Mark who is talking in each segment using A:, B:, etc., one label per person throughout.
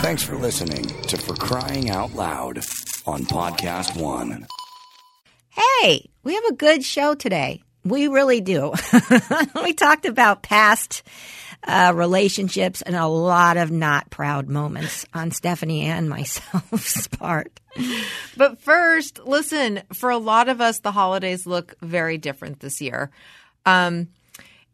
A: Thanks for listening to For Crying Out Loud on Podcast One.
B: Hey, we have a good show today. We really do. we talked about past uh, relationships and a lot of not proud moments on Stephanie and myself's part.
C: But first, listen, for a lot of us, the holidays look very different this year. Um,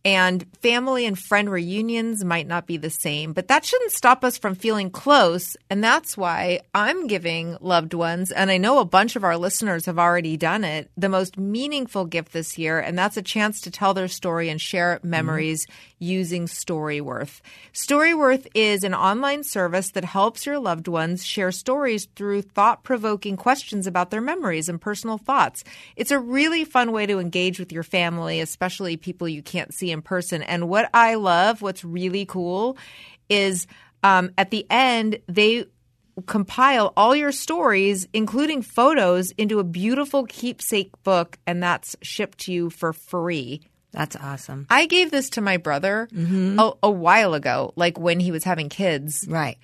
C: and family and friend reunions might not be the same, but that shouldn't stop us from feeling close. And that's why I'm giving loved ones, and I know a bunch of our listeners have already done it, the most meaningful gift this year. And that's a chance to tell their story and share memories using Storyworth. Storyworth is an online service that helps your loved ones share stories through thought provoking questions about their memories and personal thoughts. It's a really fun way to engage with your family, especially people you can't see in person. And what I love, what's really cool, is um, at the end, they compile all your stories, including photos, into a beautiful keepsake book, and that's shipped to you for free.
B: That's awesome.
C: I gave this to my brother a, a while ago, like when he was having kids,
B: Right.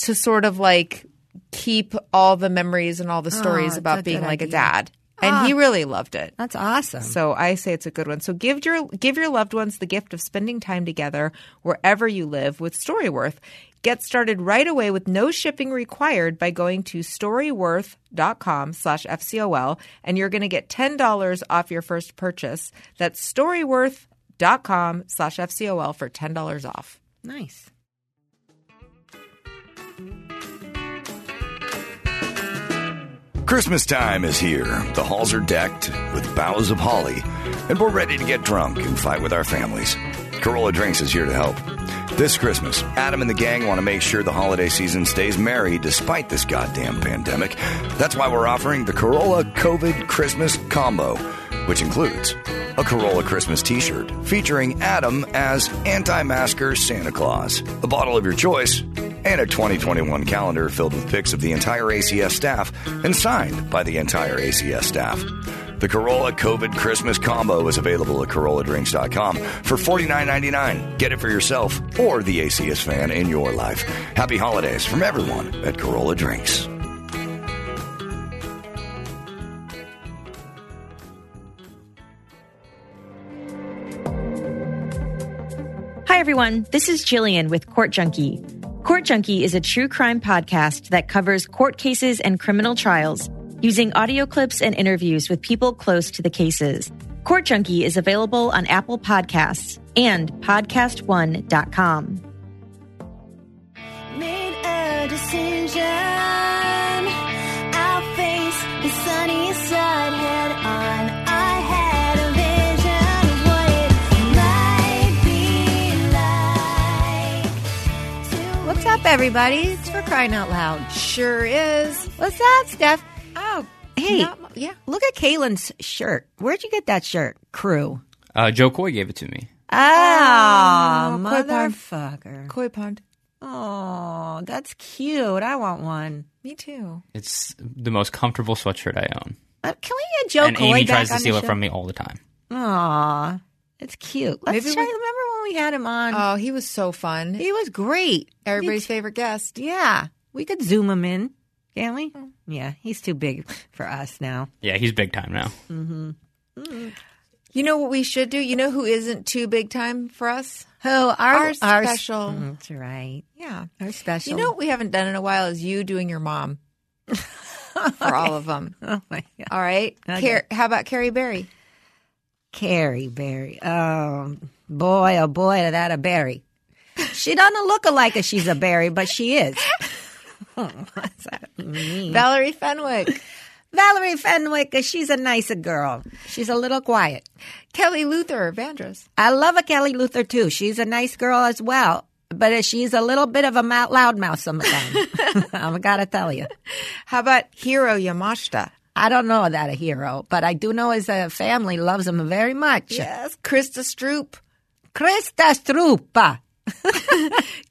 C: to sort of like keep all the memories and all the stories
B: that's a
C: about being
B: good
C: like Ah, a Ah.
B: idea.
C: dad. And he really loved it.
B: That's awesome.
C: So I say it's a good one. So give your give your loved ones the gift of spending time together wherever you live with Storyworth. Get started right away with no shipping required by going to storyworth.com slash FCOL and you're going to get $10 off your first purchase. That's storyworth.com slash FCOL for $10 off.
B: nice.
A: Christmas time is here. The halls are decked with boughs of holly, and we're ready to get drunk and fight with our families. Corolla Drinks is here to help. This Christmas, Adam and the gang want to make sure the holiday season stays merry despite this goddamn pandemic. That's why we're offering the Corolla COVID Christmas combo, which includes a Corolla Christmas t shirt featuring Adam as anti masker Santa Claus, a bottle of your choice, and a 2021 calendar filled with pics of the entire ACS staff and signed by the entire ACS staff. The Corolla COVID Christmas combo is available at CorollaDrinks.com for $49.99. Get it for yourself or the ACS fan in your life. Happy holidays from everyone at Corolla Drinks.
D: Hi, everyone. This is Jillian with Court Junkie. Court Junkie is a true crime podcast that covers court cases and criminal trials using audio clips and interviews with people close to the cases. Court Junkie is available on Apple Podcasts and podcast1.com.
E: made a decision. I'll face the sunny side head on. I had a vision of what it might be like.
B: What's up, everybody? It's for crying out loud.
C: Sure is.
B: What's that, Steph?
C: Oh,
B: Hey,
C: not mu- yeah.
B: look at Kaylin's shirt. Where'd you get that shirt? Crew.
F: Uh, Joe Coy gave it to me.
B: Oh, Ah,
C: quite fun.
B: motherfucker.
C: Koi pond.
B: Oh, that's cute. I want one.
C: Me too.
F: It's the most comfortable sweatshirt I own,
B: Uh, can we get Joe
F: and
B: Coy
F: Amy
B: back
F: tries to
B: on
F: steal
B: the
F: it
B: show?
F: from me all the time.
B: Aw, it's cute. Let's
C: Maybe
B: try.
C: we-
B: Remember when we had him on?
C: Oh, he was so fun.
B: he was great.
C: Everybody's
B: We-
C: favorite guest.
B: Yeah, we could zoom him in, can we? Yeah, he's too big for us now.
F: Yeah, he's big time now.
C: You know what we should do? You know who isn't too big time for us?
B: Oh,
C: Our
B: our, our s-
C: special.
B: Mm, That's right.
C: Yeah.
B: Our special.
C: You know what we haven't done in a while is you doing your mom for all of them.
B: Oh my God.
C: All right.
B: Okay.
C: Car- how about Carrie Berry?
B: Carrie Berry. Oh boy, oh boy, to that a berry. She doesn't look alike as she's a berry, but she is. What's that mean?
C: Valerie Fenwick,
B: Valerie Fenwick, 'cause she's a nicer girl. She's a little quiet.
C: Kelly Luther Vandross.
B: I love a Kelly Luther too. She's a nice girl as well, but she's a little bit of a mou- loudmouth sometimes. I gotta tell you.
C: How about Hiro Yamashita?
B: I don't know that a hero, but I do know his uh, family loves him very much.
C: Yes. Krista Stroop,
B: Krista Strupa.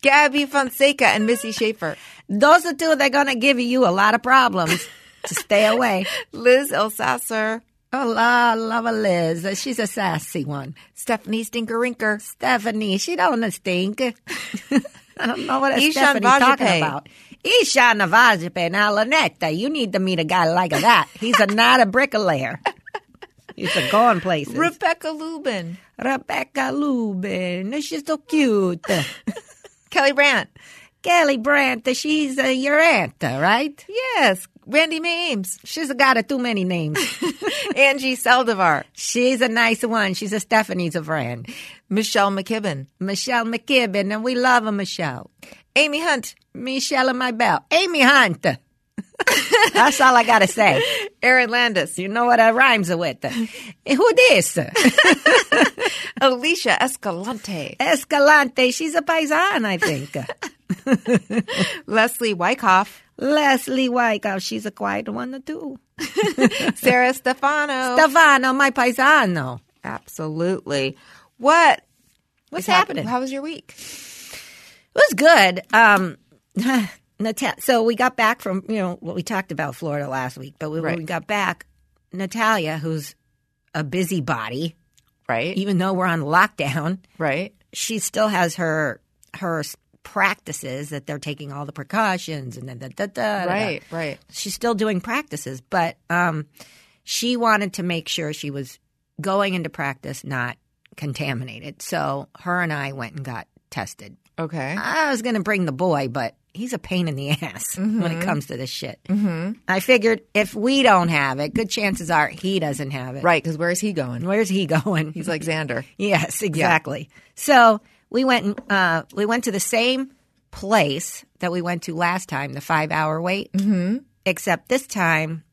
C: Gabby Fonseca, and Missy Schaefer.
B: Those are two, they're going to give you a lot of problems to stay away.
C: Liz Elsasser,
B: Oh, la, love a Liz. She's a sassy one.
C: Stephanie Stinkerinker.
B: Stephanie, she don't stink. I don't know what
C: Ishan
B: Ishan Stephanie talking
C: Vajpayee.
B: about. Ishan Vajpayee. Now, Lynette, you need to meet a guy like that. He's a, not a bricklayer. He's a going places.
C: Rebecca Lubin,
B: Rebecca Lubin. She's so cute.
C: Kelly Brandt.
B: Kelly Brandt, she's uh, your aunt, right?
C: Yes, Randy Mames,
B: She's got a too many names.
C: Angie Saldivar,
B: she's a nice one. She's a Stephanie's a friend.
C: Michelle McKibben,
B: Michelle McKibben, and we love a Michelle.
C: Amy Hunt,
B: Michelle and my bell. Amy Hunt. That's all I got to say.
C: Aaron Landis,
B: You know what that rhymes with. Eh, Who this?
C: Alicia Escalante,
B: Escalante. She's a paisan, I think.
C: Leslie Wyckoff,
B: Leslie Wyckoff. She's a quiet one, too.
C: Sarah Stefano.
B: Stefano, my paisano.
C: Absolutely. What
B: What's
C: is hap-
B: happening?
C: How was your week?
B: It was good. Um, Nat- so we got back from, you know, what we talked about Florida last week, but when we
C: Right.
B: got back, Natalia, who's a busybody,
C: Right.
B: even though we're on lockdown,
C: right.
B: she still has her her s- practices that they're taking all the precautions and da, da, da, da, da, da.
C: Right. Right.
B: She's still doing practices, but um, she wanted to make sure she was going into practice not contaminated. So her and I went and got tested.
C: Okay.
B: I was going to bring the boy, but he's a pain in the ass when it comes to this shit. Mm-hmm. I figured if we don't have it, good chances are he doesn't have it.
C: Right. Because where is he going?
B: Where's he going?
C: He's like Xander.
B: Yes, exactly. So we went and uh, we went to the same place that we went to last time, the five hour wait. Mm-hmm. Except this time,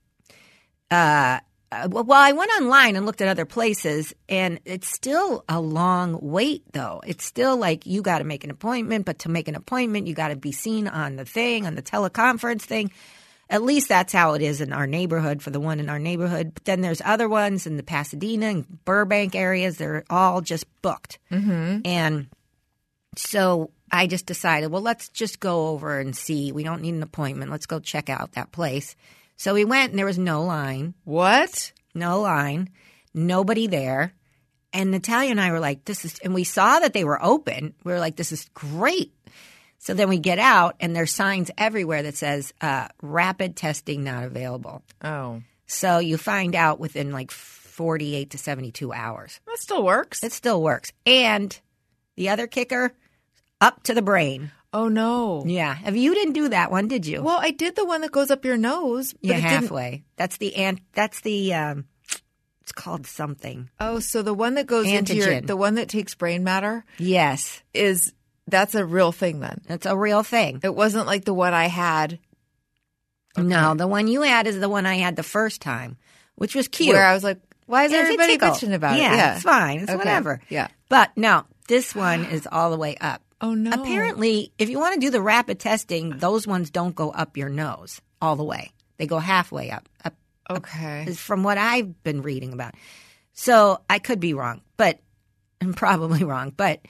B: uh, uh, well, well, I went online and looked at other places, and it's still a long wait. Though it's still like you got to make an appointment, but to make an appointment, you got to be seen on the thing on the teleconference thing. At least that's how it is in our neighborhood for the one in our neighborhood. But then there's other ones in the Pasadena and Burbank areas. They're all just booked. Mm-hmm. And so I just decided, well, let's just go over and see. We don't need an appointment. Let's go check out that place. So we went and there was no line,
C: What?
B: no line, nobody there. And Natalia and I were like, this is, and we saw that they were open. We were like, this is great. So then we get out and there's signs everywhere that says uh, rapid testing not available.
C: Oh,
B: So you find out within like 48 to 72 hours.
C: that still works.
B: It still works. And the other kicker, up to the brain.
C: oh no.
B: Yeah. If you didn't do that one, did you?
C: Well, I did the one that goes up your nose. But
B: yeah,
C: it didn't-
B: halfway. That's the ant. That's the. Um, it's called something.
C: Oh, so the one that goes into your
B: Antigen.
C: the one that takes brain matter
B: Yes,
C: is that's a real thing then.
B: that's a real thing.
C: It wasn't like the one I had
B: No, the one you had is the one I had the first time, which was cute.
C: where I was like, why is
B: Yeah, it's a
C: everybody
B: tickle.
C: bitching about
B: yeah,
C: it?
B: it's fine. It's
C: Okay.
B: whatever.
C: Yeah.
B: But no, this one is all the way up.
C: Oh no.
B: Apparently, if you want to do the rapid testing, those ones don't go up your nose all the way. They go halfway up, up
C: Okay.
B: is from what I've been reading about. So I could be wrong, but I'm probably wrong. But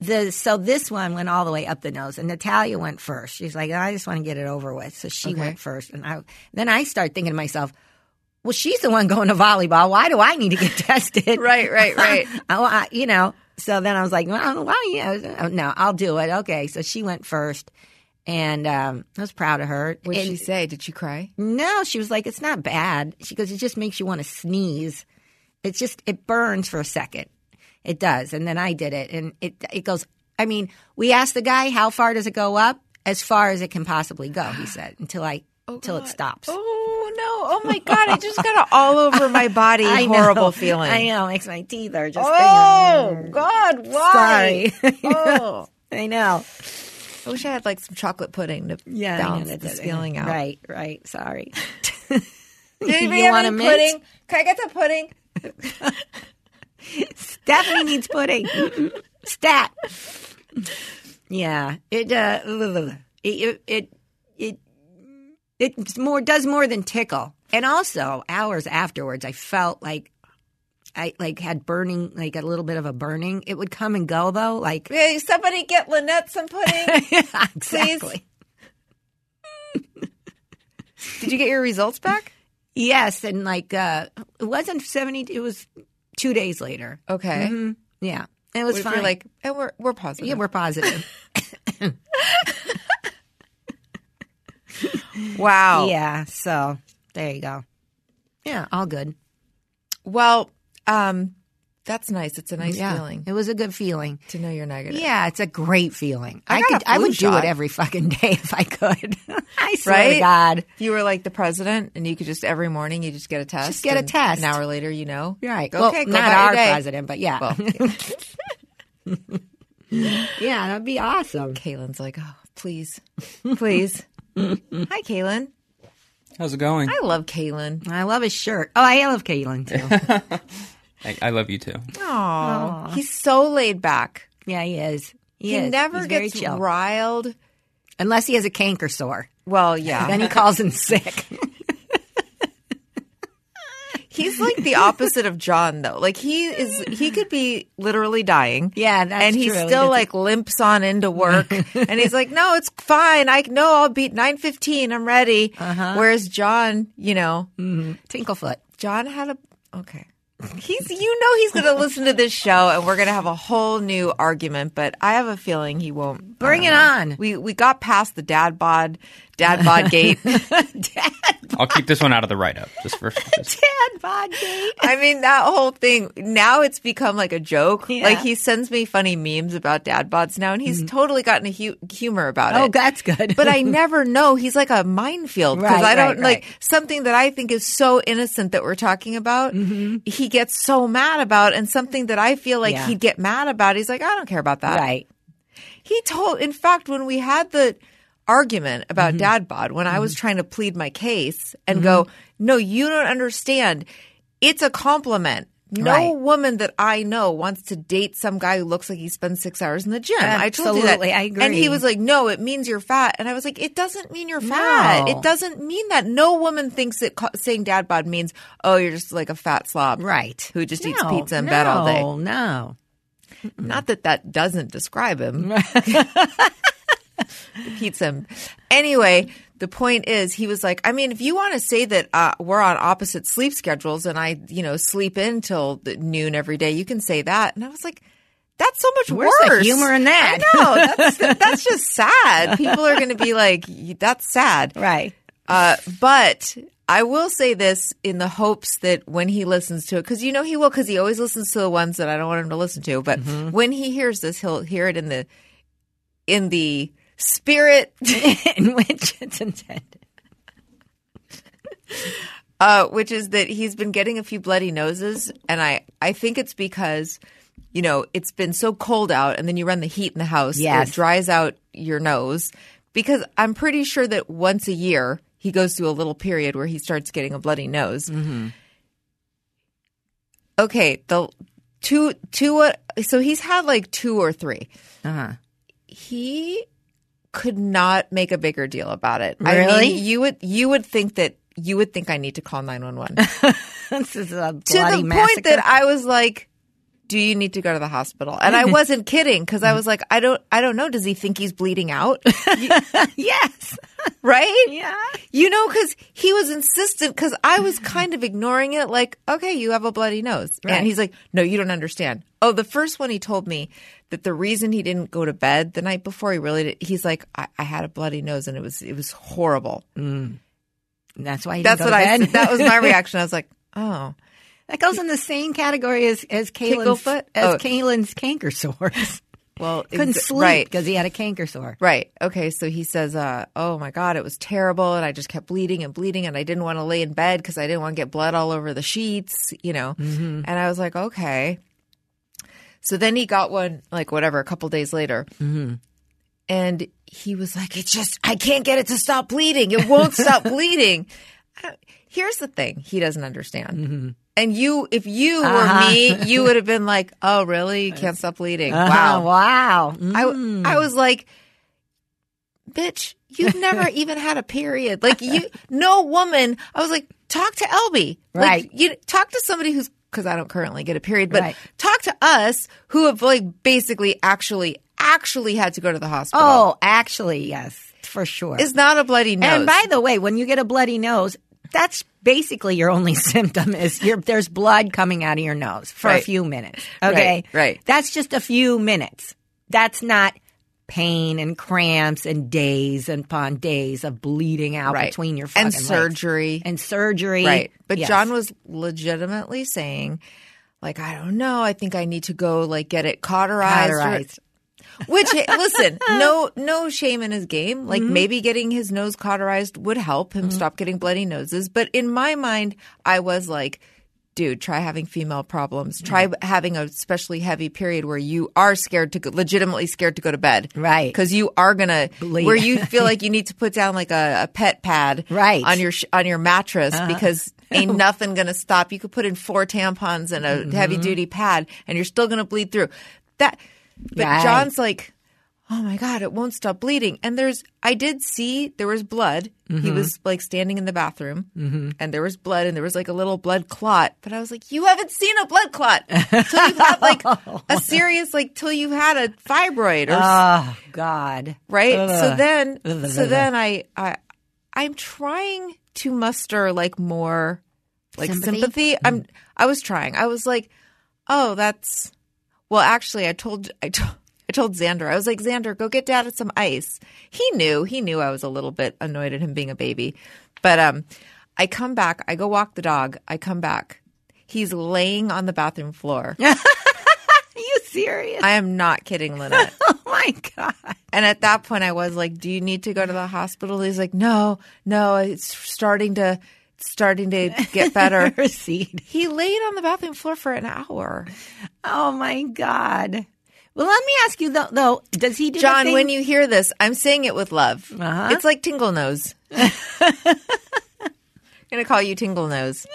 B: the so this one went all the way up the nose, and Natalia went first. She's like, I just want to get it over with, so she
C: Okay.
B: went first, and I then I start thinking to myself, well, she's the one going to volleyball. Why do I need to get tested?
C: Right, right, right.
B: I, I- you know. So then I was like, well, why? Yeah, no, I'll do it. Okay. So she went first, and um, I was proud of her.
C: What did
B: And-
C: she say? Did she cry?
B: no, she was like, it's not bad. She goes, it just makes you want to sneeze. It's just, it burns for a second. It does. And then I did it. And it, it goes, I mean, we asked the guy, how far does it go up? As far as it can possibly go, he said, until I, until it stops.
C: Oh no! Oh my god! I just got an all over my body
B: I know.
C: horrible feeling.
B: I know. Makes my teeth are just.
C: Oh God! Why?
B: Sorry.
C: Oh,
B: I know.
C: I wish I had like some chocolate pudding to
B: Yeah. I know
C: balance
B: that
C: this
B: doesn't-
C: feeling out.
B: Right, right. Sorry.
C: Did anybody
B: You
C: have
B: want
C: any
B: a mint?
C: pudding? Can I get the pudding?
B: Stephanie needs pudding. Stat. Yeah, it uh, it it it it's more does more than tickle. And also, hours afterwards, I felt like I like had burning, like a little bit of a burning. It would come and go though, like
C: Hey, somebody get Lynette some pudding.
B: exactly.
C: Did you get your results back?
B: Yes, and like uh, it wasn't seventy. It was two days later.
C: Okay.
B: Yeah, it was
C: What if
B: Mm-hmm, fine.
C: you're like, and we're we're positive.
B: yeah, we're positive.
C: Wow.
B: Yeah. So there you go. Yeah, all good.
C: Well, um, that's nice. It's a nice
B: Yeah,
C: feeling
B: it was a good feeling.
C: to know you're negative.
B: Yeah, it's a great feeling.
C: I
B: I,
C: got
B: could,
C: a
B: I
C: flu
B: would do
C: shot.
B: it every fucking day if I could. I swear
C: Right?
B: to God.
C: If You were like the president, and you could just every morning you just get a test.
B: Just get a
C: and
B: test.
C: An hour later, you know.
B: Right.
C: Okay.
B: well,
C: go
B: not
C: about your
B: our
C: day.
B: president, but yeah.
C: Well,
B: yeah, that'd be awesome.
C: Kaylin's like, oh, please, please. Hi, Kaylin.
F: How's it going?
C: I love Kaylin.
B: I love his shirt. Oh, I love Caitlin too.
F: I, I love you too.
C: Aw. he's so laid back.
B: yeah, he is. He,
C: He,
B: is.
C: never
B: He's very
C: gets
B: chill.
C: riled.
B: unless he has a canker sore.
C: Well, yeah.
B: Then he calls in sick.
C: He's like the opposite of John, though. Like he is, he could be literally dying.
B: Yeah, that's
C: and he
B: true. He
C: still
B: doesn't-
C: like limps on into work, and he's like, "No, it's fine. I know I'll beat nine fifteen. I'm ready."
B: Uh-huh.
C: Whereas John, you know,
B: Tinklefoot.
C: John had a okay. He's, you know, he's going to listen to this show, and we're going to have a whole new argument. But I have a feeling he won't.
B: Bring
C: I don't
B: it
C: know.
B: on.
C: We we got past the dad bod, dad bod gate.
F: I'll keep this one out of the write up just for. just-
B: Dad Bodgate.
C: I mean, that whole thing now it's become like a joke.
B: Yeah. Mm-hmm.
C: Like he sends me funny memes about dad bods now, and he's totally gotten a hu- humor about it.
B: Oh, that's good.
C: But I never know. He's like a minefield because
B: Right,
C: I don't
B: right,
C: like
B: right.
C: something that I think is so innocent that we're talking about. He gets so mad about, and something that I feel like
B: Mm-hmm. Yeah.
C: he'd get mad about. He's like, I don't care about that.
B: right.
C: He told, in fact, when we had the argument about
B: Mm-hmm.
C: dad bod, when I was trying to plead my case and go, no, you don't understand. It's a compliment. No
B: Right.
C: woman that I know wants to date some guy who looks like he spends six hours in the gym. I told you that.
B: Absolutely, I
C: And he
B: agree.
C: was like, no, it means you're fat. And I was like, it doesn't mean you're fat.
B: No.
C: It doesn't mean that. No woman thinks that ca- saying dad bod means, oh, you're just like a fat slob.
B: Right.
C: Who just eats
B: No,
C: pizza in bed all day.
B: No, no. Mm-hmm.
C: Not that that doesn't describe him. Defeats him. Anyway, the point is, he was like, I mean, if you want to say that uh, we're on opposite sleep schedules and I, you know, sleep in till the noon every day, you can say that. And I was like, that's so much
B: Where's
C: worse.
B: the humor in that?
C: No, that's, that's just sad. People are going to be like, that's sad.
B: Right.
C: Uh, but I will say this in the hopes that when he listens to it, because you know he will, because he always listens to the ones that I don't want him to listen to. But when he hears this, he'll hear it in the in the spirit
B: In which it's intended.
C: uh, which is that he's been getting a few bloody noses, and I I think it's because you know it's been so cold out, and then you run the heat in the house,
B: Yes.
C: it dries out your nose. Because I'm pretty sure that once a year he goes through a little period where he starts getting a bloody nose.
B: Mm-hmm.
C: Okay, the two two uh, so he's had like two or three.
B: Uh-huh.
C: He could not make a bigger deal about it. I
B: Really?
C: mean, you would you would think that you would think I need to call 911
B: This is a bloody
C: to the
B: massacre.
C: point that I was like, "Do you need to go to the hospital?" And I wasn't kidding because I was like, "I don't, I don't know. Does he think he's bleeding out?
B: yes.
C: right?
B: Yeah.
C: You know, because he was insistent. Because I was kind of ignoring it, like, "Okay, you have a bloody nose,"
B: Right.
C: and he's like, "No, you don't understand." Oh, the first one he told me that the reason he didn't go to bed the night before, he really, did, he's like, I, "I had a bloody nose, and it was, it was horrible."
B: And that's why. You
C: That's what I.
B: Said.
C: Said. That was my reaction. I was like, "Oh."
B: That goes in the same category as as Kaylin's
C: Ticklefoot?
B: as
C: Oh.
B: Kaylin's canker sores.
C: Well,
B: Couldn't
C: exa-
B: sleep because he had a canker sore.
C: Right. Okay. So he says, uh, "Oh my God, it was terrible, and I just kept bleeding and bleeding, and I didn't want to lay in bed because I didn't want to get blood all over the sheets, you know." And I was like, "Okay." So then he got one, like whatever, a couple days later, and he was like, "It's just I can't get it to stop bleeding. It won't stop bleeding." I- Here's the thing: he doesn't understand. And you, if you were me, you would have been like, "Oh, really? You can't stop bleeding? Wow,
B: Oh, wow.
C: Uh-huh. I,
B: Hmm.
C: w- I was like, bitch, you've never even had a period. Like you, no woman. I was like, talk to Elby.
B: Right.
C: Like, you talk to somebody who's because I don't currently get a period, but
B: Right.
C: talk to us who have like basically actually actually had to go to the hospital.
B: Oh, actually, yes, for sure.
C: it's not a bloody nose.
B: and by the way, when you get a bloody nose, that's basically your only symptom is your, there's blood coming out of your nose for a
C: Right.
B: few minutes. Okay,
C: right.
B: That's just a few minutes. That's not pain and cramps and days upon days of bleeding out
C: Right.
B: between your fucking
C: And
B: legs.
C: surgery.
B: and surgery.
C: Right. But
B: Yes.
C: John was legitimately saying, like, I don't know. I think I need to go like get it cauterized. or-
B: Cauterized.
C: Which hey, listen, no no shame in his game.
B: Mm-hmm.
C: Like maybe getting his nose cauterized would help him stop getting bloody noses. But in my mind, I was like, dude, try having female problems. Try having a especially heavy period where you are scared to go, legitimately scared to go to bed.
B: Right.
C: Because you are gonna
B: Bleed.
C: where you feel like you need to put down like a, a pet pad
B: Right.
C: on your your sh- on your mattress because ain't nothing gonna stop. You could put in four tampons and a heavy duty pad, and you're still gonna bleed through. That, but
B: Right.
C: John's like, oh my god, it won't stop bleeding. And there's, I did see there was blood. He was like standing in the bathroom, and there was blood, and there was like a little blood clot. But I was like, you haven't seen a blood clot till you've had like a serious, like till you've had a fibroid or
B: Oh God.
C: right? So then,
B: Ugh.
C: so then I, I, I'm trying to muster like more, like
B: Sympathy?
C: sympathy. I'm, I was trying. I was like, oh, that's. Well, actually, I told, I told. I told Xander, I was like, Xander, go get dad some ice. He knew, he knew I was a little bit annoyed at him being a baby. But um, I come back, I go walk the dog, I come back. He's laying on the bathroom floor.
B: Are you serious?
C: I am not kidding, Lynette.
B: oh my God.
C: And at that point, I was like, "Do you need to go to the hospital?" He's like, "No, no, it's starting to, it's starting to get better."
B: Proceed.
C: he laid on the bathroom floor for an hour.
B: Oh my God. Well, let me ask you though. though does he do the
C: John,
B: thing-
C: when you hear this, I'm saying it with love.
B: Uh-huh.
C: It's like Tingle Nose. gonna call you Tingle Nose.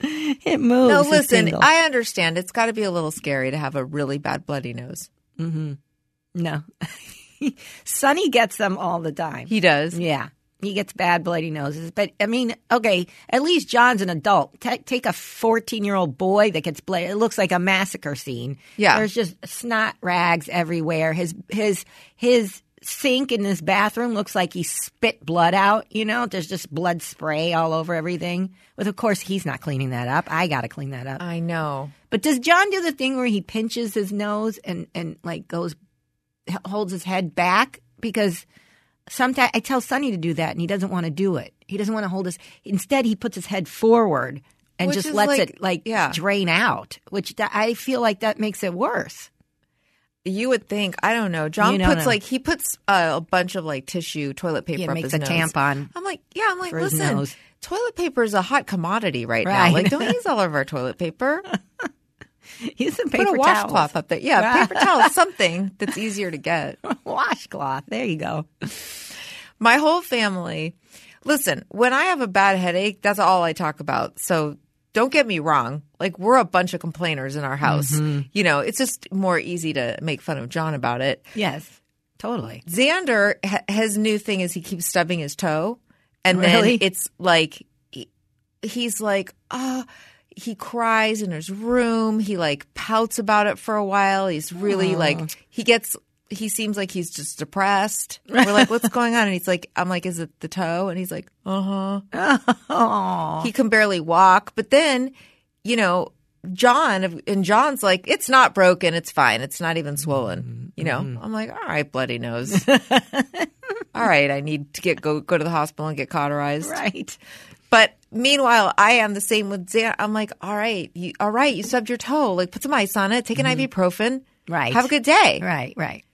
B: it moves?
C: No,
B: it's
C: listen,
B: tingle.
C: I understand. It's got to be a little scary to have a really bad bloody nose.
B: no. Sonny gets them all the time.
C: He does.
B: Yeah. He gets bad bloody noses. But I mean, okay, at least John's an adult. Ta take a 14 year old boy that gets bloody. It looks like a massacre scene.
C: Yeah.
B: There's just snot rags everywhere. His, his, his, Sink in his bathroom looks like he spit blood out. You know, there's just blood spray all over everything. With, of course, he's not cleaning that up. I got to clean that up.
C: I know.
B: But does John do the thing where he pinches his nose and and like goes h- holds his head back because sometimes I tell Sonny to do that and he doesn't want to do it. He doesn't want to hold his. Instead, he puts his head forward and
C: Which
B: just
C: is
B: lets
C: like-
B: it like
C: yeah.
B: drain out, which tha- I feel like that makes it worse.
C: You would think. I don't know. John
B: You don't
C: puts
B: know.
C: like he puts uh, a bunch of like tissue toilet paper.
B: Yeah,
C: up
B: makes
C: his
B: a
C: nose.
B: tampon.
C: I'm like, yeah. I'm like,
B: for his
C: listen.
B: nose.
C: Toilet paper is a hot commodity right,
B: Right.
C: now. Like, don't use all of our toilet paper.
B: Use some
C: Put
B: paper
C: a washcloth
B: towels.
C: up there. Yeah,
B: Right.
C: paper towel, something that's easier to get.
B: washcloth. There you go.
C: My whole family. Listen, when I have a bad headache, that's all I talk about. So don't get me wrong. Like we're a bunch of complainers in our house.
B: Mm-hmm.
C: You know, it's just more easy to make fun of John about it.
B: Yes, totally.
C: Xander, h- his new thing is he keeps stubbing his toe, and
B: Really?
C: then it's like he- he's like, oh, he cries in his room. He like pouts about it for a while. He's really like he gets. He seems like he's just depressed. We're like, what's going on? And he's like, I'm like, is it the toe? And he's like, uh huh. He can barely walk. But then, you know, John and John's like, it's not broken. It's fine. It's not even swollen. You know,
B: Mm-hmm.
C: I'm like, all right, bloody nose. all right, I need to get go go to the hospital and get cauterized.
B: Right.
C: But meanwhile, I am the same with Xan. I'm like, all right, you, all right, you stubbed your toe. Like, put some ice on it. Take an ibuprofen.
B: Mm-hmm. Right.
C: Have a good day.
B: Right. Right.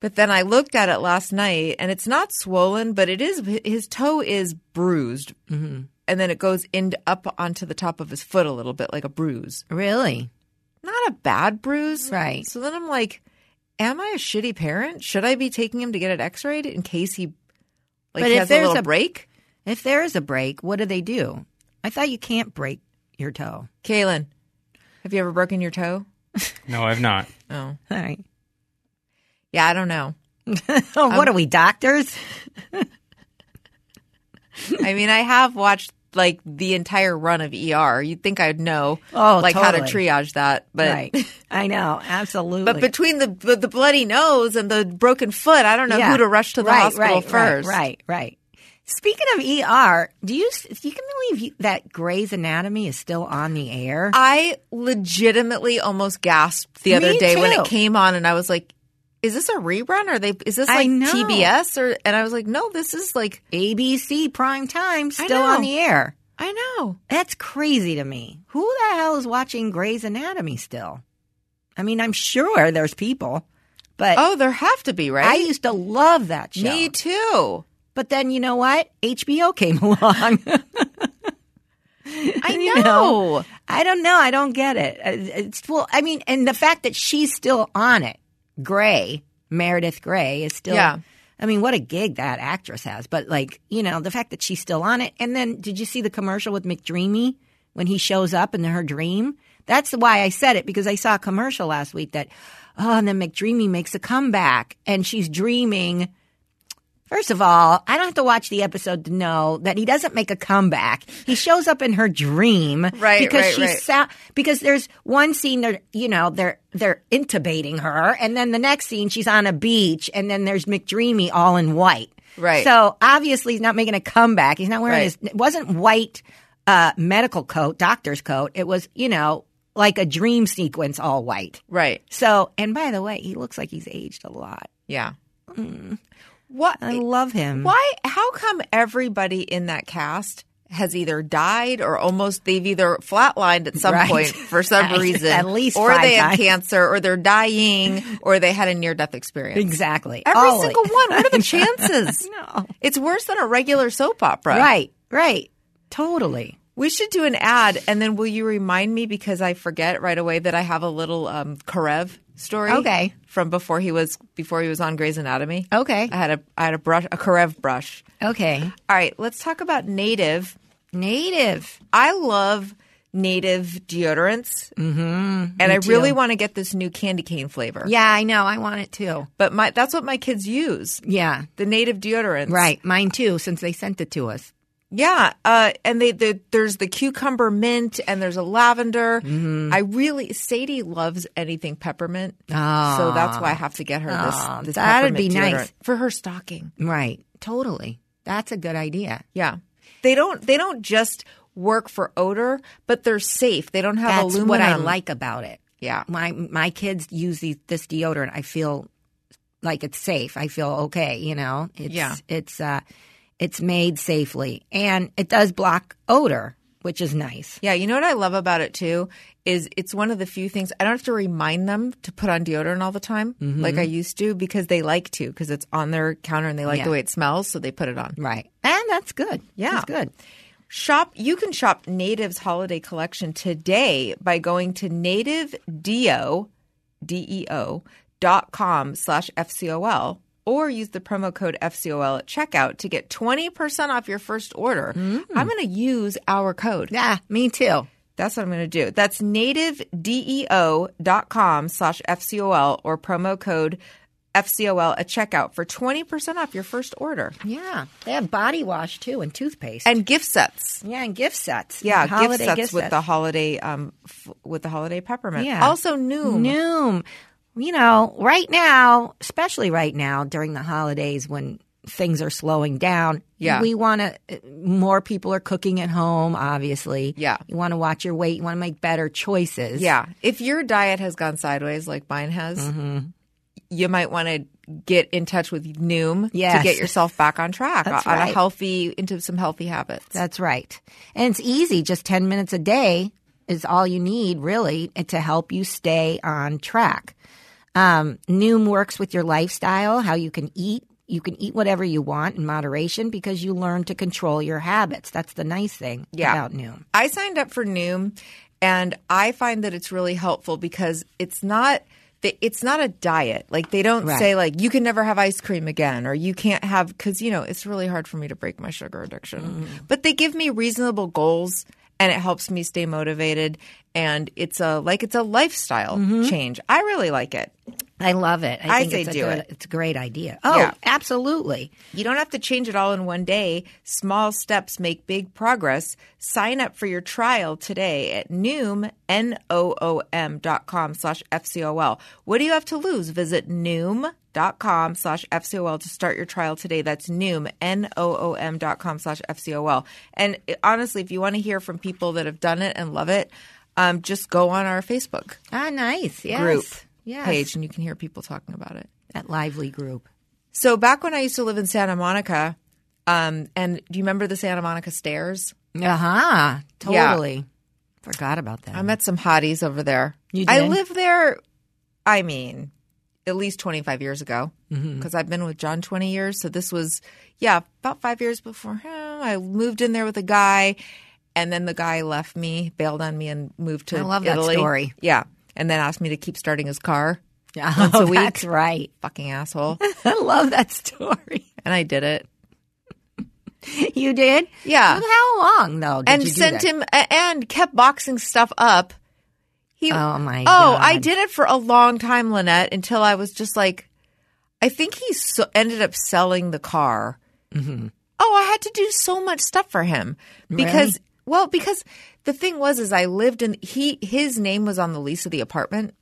C: But then I looked at it last night and it's not swollen, but it is his toe is bruised.
B: Mm-hmm.
C: And then it goes in up onto the top of his foot a little bit like a bruise.
B: Really.
C: Not a bad bruise.
B: Right.
C: So then I'm like, am I a shitty parent? Should I be taking him to get it x-rayed in case he like
B: But
C: he
B: if
C: has a
B: there's
C: little
B: a-
C: break?
B: If there is a break, what do they do? I thought you can't break your toe.
C: Kaylin, have you ever broken your toe?
F: No, I've not.
C: Oh.
B: All right.
C: Yeah, I don't know.
B: Oh, what are we doctors?
C: I mean, I have watched like the entire run of ER. You'd think I'd know
B: Oh,
C: like how to
B: totally.
C: triage that, but
B: right. I know. Absolutely.
C: But between the the the bloody nose and the broken foot, I don't know
B: Yeah.
C: who to rush to the
B: Right,
C: hospital
B: right,
C: first.
B: Right, right. right. Speaking of ER, do you you can believe you, that Grey's Anatomy is still on the air?
C: I legitimately almost gasped the other
B: Me
C: day when
B: too.
C: it came on, and I was like, is this a rerun? Or they is this
B: I
C: like
B: know.
C: TBS? Or and I was like, no, this is like
B: ABC prime time still
C: know.
B: on the air.
C: I know.
B: That's crazy to me. Who the hell is watching Grey's Anatomy still? I mean, I'm sure there's people, but
C: Oh, there have to be
B: I
C: right.
B: used to love that show.
C: Me too.
B: But then you know what? HBO came along.
C: I know.
B: You I don't know. I don't get it. Uh, It's well, I mean, and the fact that she's still on it, Gray Meredith Gray is still.
C: Yeah.
B: I mean, what a gig that actress has. But like, you know, the fact that she's still on it, and then did you see the commercial with McDreamy when he shows up in her dream? That's why I said it because I saw a commercial last week that, oh, and then McDreamy makes a comeback and she's dreaming. First of all, I don't have to watch the episode to know that he doesn't make a comeback. He shows up in her dream,
C: Right,
B: Because
C: right,
B: she's
C: right.
B: sou- because there's one scene they're you know they're they're intubating her, and then the next scene she's on a beach, and then there's McDreamy all in white,
C: Right.
B: So obviously he's not making a comeback. He's not wearing
C: Right.
B: his it wasn't white uh, medical coat, doctor's coat. It was you know like a dream sequence, all white.
C: Right.
B: So and by the way, he looks like he's aged a lot.
C: Yeah. What?
B: Mm. I love him.
C: Why? How come everybody in that cast has either died or almost they've either flatlined at some
B: Right.
C: point for some
B: Right.
C: reason,
B: At least
C: or
B: five
C: they have
B: times.
C: cancer, or they're dying, or they had a near death experience.
B: Exactly.
C: Every
B: All-
C: single one. What are the chances?
B: No.
C: It's worse than a regular soap opera.
B: Right, right. Totally.
C: We should do an ad, and then will you remind me because I forget right away that I have a little um, Karev story.
B: Okay.
C: From before he was before he was on Grey's Anatomy.
B: Okay.
C: I had a I had a brush a Karev brush.
B: Okay.
C: All right, let's talk about native.
B: Native.
C: I love native deodorants, mm-hmm, and I really want to get this new candy cane flavor.
B: Yeah, I know. I want it too.
C: but my that's what my kids use
B: Yeah.
C: the native deodorants,
B: Right. Mine too, since they sent it to us.
C: Yeah, uh, and they, they there's the cucumber mint and there's a lavender.
B: Mm-hmm.
C: I really Sadie loves anything peppermint, so that's
B: Ah.
C: why I have to get her
B: Aw,
C: this. this
B: that'd
C: peppermint
B: Ah, be nice.
C: deodorant for her stocking.
B: Right. Totally. That's a good idea.
C: Yeah, they don't they don't just work for odor, but they're safe. They don't have
B: That's
C: aluminum.
B: what I like about it.
C: Yeah,
B: My my kids use these, this deodorant. I feel like it's safe. I feel okay, you know. It's
C: Yeah.
B: it's uh it's made safely and it does block odor, which is nice.
C: yeah. You know what I love about it too is it's one of the few things I don't have to remind them to put on deodorant all the time like
B: Mm-hmm.
C: I used to because they like to because it's on their counter and they like
B: Yeah.
C: the way it smells, so they put it on.
B: Right. And that's good.
C: Yeah.
B: That's good.
C: Shop you can shop Native's holiday collection today by going to native deo dot com slash FCOL or use the promo code FCOL at checkout to get 20% off your first order. I'm going to use our code.
B: Yeah, me too.
C: That's what I'm going to do. That's native deo dot com slash FCOL or promo code FCOL at checkout for 20% off your first order.
B: Yeah, they have body wash too and toothpaste.
C: And gift sets.
B: yeah, and gift sets.
C: Yeah,
B: And
C: gift
B: holiday
C: sets with the holiday um f- with the holiday peppermint.
B: Yeah.
C: Also Noom.
B: Noom. You know, right now, especially right now during the holidays when things are slowing down,
C: Yeah.
B: we want to more people are cooking at home, obviously.
C: Yeah.
B: You want to watch your weight, you want to make better choices.
C: Yeah. If your diet has gone sideways like mine has,
B: Mm-hmm.
C: you might want to get in touch with Noom
B: Yes.
C: to get yourself back on track on
B: That's
C: a
B: right.
C: healthy into some healthy habits.
B: That's right. And it's easy, just 10 minutes a day is all you need, really, to help you stay on track. Um, Noom works with your lifestyle, how you can eat. You can eat whatever you want in moderation because you learn to control your habits. That's the nice thing
C: Yeah.
B: about Noom.
C: I signed up for Noom and I find that it's really helpful because it's not they- it's not a diet. Like they don't
B: Right.
C: say like you can never have ice cream again or you can't have cuz you know, it's really hard for me to break my sugar addiction. But they give me reasonable goals and it helps me stay motivated and it's a like it's a lifestyle change. I really like it.
B: I love it.
C: I
B: think
C: say
B: it's a
C: do
B: good-
C: it.
B: It's a great idea. Oh,
C: Yeah.
B: absolutely.
C: You don't have to change it all in one day. Small steps make big progress. Sign up for your trial today at Noom, N-O-O-M dot com slash F-C-O-L. What do you have to lose? Visit Noom dot com slash F-C-O-L to start your trial today. That's Noom, N-O-O-M dot com slash F-C-O-L. And eh, honestly, if you want to hear from people that have done it and love it, um, just go on our Facebook
B: Ah, nice. Yes.
C: group
B: Yes.
C: page and you can hear people talking about it.
B: that lively group.
C: So back when I used to live in Santa Monica, um, and do you remember the Santa Monica stairs?
B: Uh huh.
C: Yeah.
B: Totally. Forgot about that.
C: I met some hotties over there.
B: Mm-hmm. You
C: I
B: did?
C: lived there. I mean, at least twenty five years ago, because
B: Mm-hmm.
C: I've been with John twenty years. So this was, yeah, about five years before him. I moved in there with a guy, and then the guy left me, bailed on me, and moved to
B: I love that
C: Italy.
B: story.
C: Yeah, and then asked me to keep starting his car.
B: Yeah,
C: Once a
B: oh,
C: week.
B: That's right.
C: Fucking asshole.
B: I love that story.
C: and I did it.
B: You did?
C: Yeah.
B: How long though? Did
C: and
B: you do
C: sent
B: that?
C: him a- and kept boxing stuff up. He,
B: Oh, my
C: oh,
B: God.
C: I did it for a long time, Lynette, until I was just like, I think he so- ended up selling the car.
B: Mm-hmm.
C: Oh, I had to do so much stuff for him because, well, because the thing was, is I lived in he his name was on the lease of the apartment,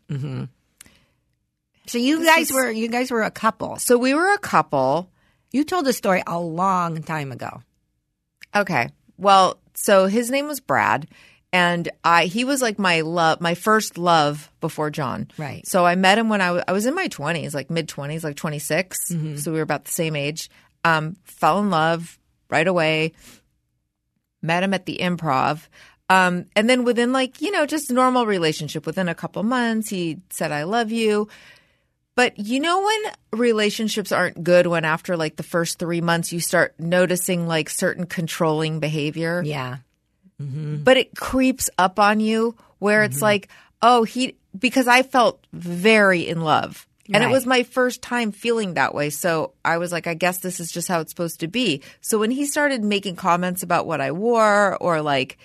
B: So you
C: This
B: guys
C: is-
B: were you guys were a couple.
C: so we were a couple.
B: You told the story a long time ago.
C: Okay. Well, so his name was Brad, and I he was like my love, my first love before John.
B: Right.
C: So I met him when I wa- I was in my twenties, like mid twenties, like twenty So we were about the same age. Um, fell in love right away. Met him at the improv. Um, and then within like, you know, just normal relationship, within a couple months, he said, I love you. But you know when relationships aren't good when after like the first 3 months you start noticing like certain controlling behavior
B: Yeah. Mm-hmm.
C: but it creeps up on you where it's like, oh, he because I felt very in love. And it
B: Right.
C: was my first time feeling that way. So I was like, I guess this is just how it's supposed to be. So when he started making comments about what I wore or like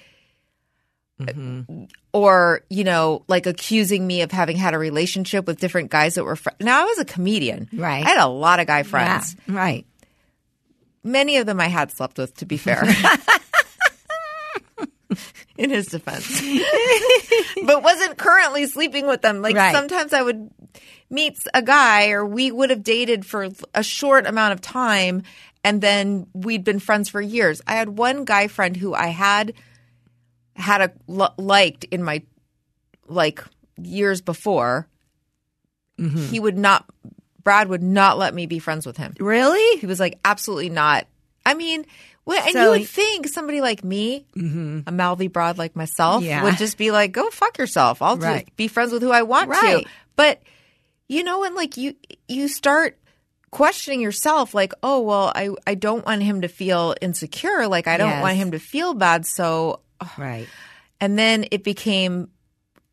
B: Mm-hmm.
C: or, you know, like accusing me of having had a relationship with different guys that were fr- now I was a comedian.
B: Right.
C: I had a lot of guy friends.
B: Yeah. Right.
C: Many of them I had slept with, to be fair. In his defense, but wasn't currently sleeping with them. Like
B: Right.
C: sometimes I would meet a guy, or we would have dated for a short amount of time, and then we'd been friends for years. I had one guy friend who I had had a l- liked in my like years before. He would not. Brad would not let me be friends with him.
B: Really?
C: He was like, absolutely not. I mean, well, and
B: So- Mm-hmm.
C: you would think somebody like me, a Malvi broad like myself,
B: Yeah.
C: would just be like, go fuck yourself. I'll
B: Right.
C: just be friends with who I want
B: Right.
C: to. But you know, and like you, you start questioning yourself like oh well i i don't want him to feel insecure like i don't
B: Yes.
C: want him to feel bad so
B: Right.
C: and then it became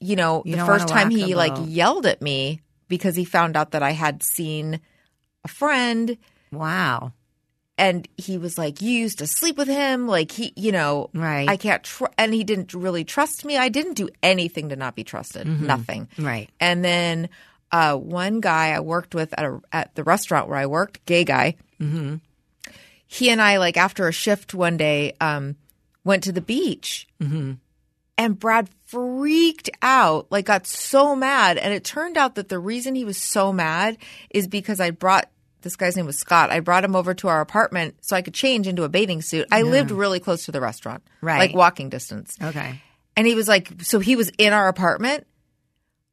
C: you know
B: You
C: the
B: don't
C: first
B: wanna
C: time
B: rock
C: he
B: the
C: like
B: boat.
C: yelled at me because he found out that i had seen a friend
B: Wow.
C: and he was like, "You used to sleep with him." Like he, you know,
B: Right.
C: I can't. Tr-. And he didn't really trust me. I didn't do anything to not be trusted. Nothing.
B: Right.
C: And then uh, one guy I worked with at a, at the restaurant where I worked, gay guy. Mm-hmm. He and I, like after a shift one day, um, went to the beach, mm-hmm. and Brad freaked out, like got so mad. And it turned out that the reason he was so mad is because I brought. This guy's name was Scott. I brought him over to our apartment so I could change into a bathing suit. I lived really close to the restaurant,
B: Right.
C: Like walking distance.
B: Okay.
C: And he was like, so he was in our apartment?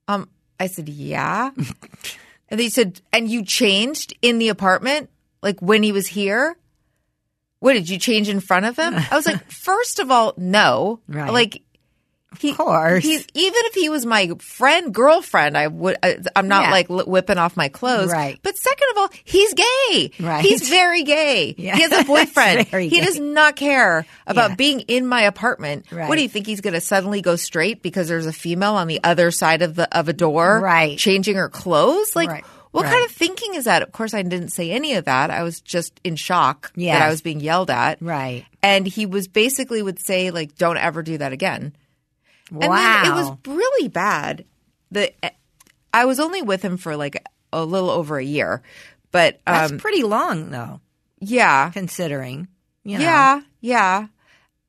C: Um, I said, yeah. and he said, and you changed in the apartment? Like when he was here? What did you change in front of him? I was like, first of all, no.
B: Right.
C: Like he,
B: Of course.
C: He's, even if he was my friend, girlfriend, I would. I, I'm not
B: Yeah.
C: like li- whipping off my clothes.
B: Right.
C: But second of all, he's gay.
B: Right.
C: He's very gay.
B: Yeah.
C: He has a boyfriend.
B: Very
C: he
B: gay.
C: does not care about
B: Yeah.
C: being in my apartment. What
B: Right.
C: do you think he's going to suddenly go straight because there's a female on the other side of the of a door,
B: Right.
C: Changing her clothes, like
B: Right.
C: what
B: Right.
C: kind of thinking is that? Of course, I didn't say any of that. I was just in shock
B: Yes.
C: that I was being yelled at.
B: Right.
C: And he was basically would say like, "Don't ever do that again."
B: Wow.
C: And then it was really bad. The I was only with him for like a little over a year, but
B: That's
C: um,
B: pretty long though,
C: yeah,
B: considering. You know.
C: yeah, yeah.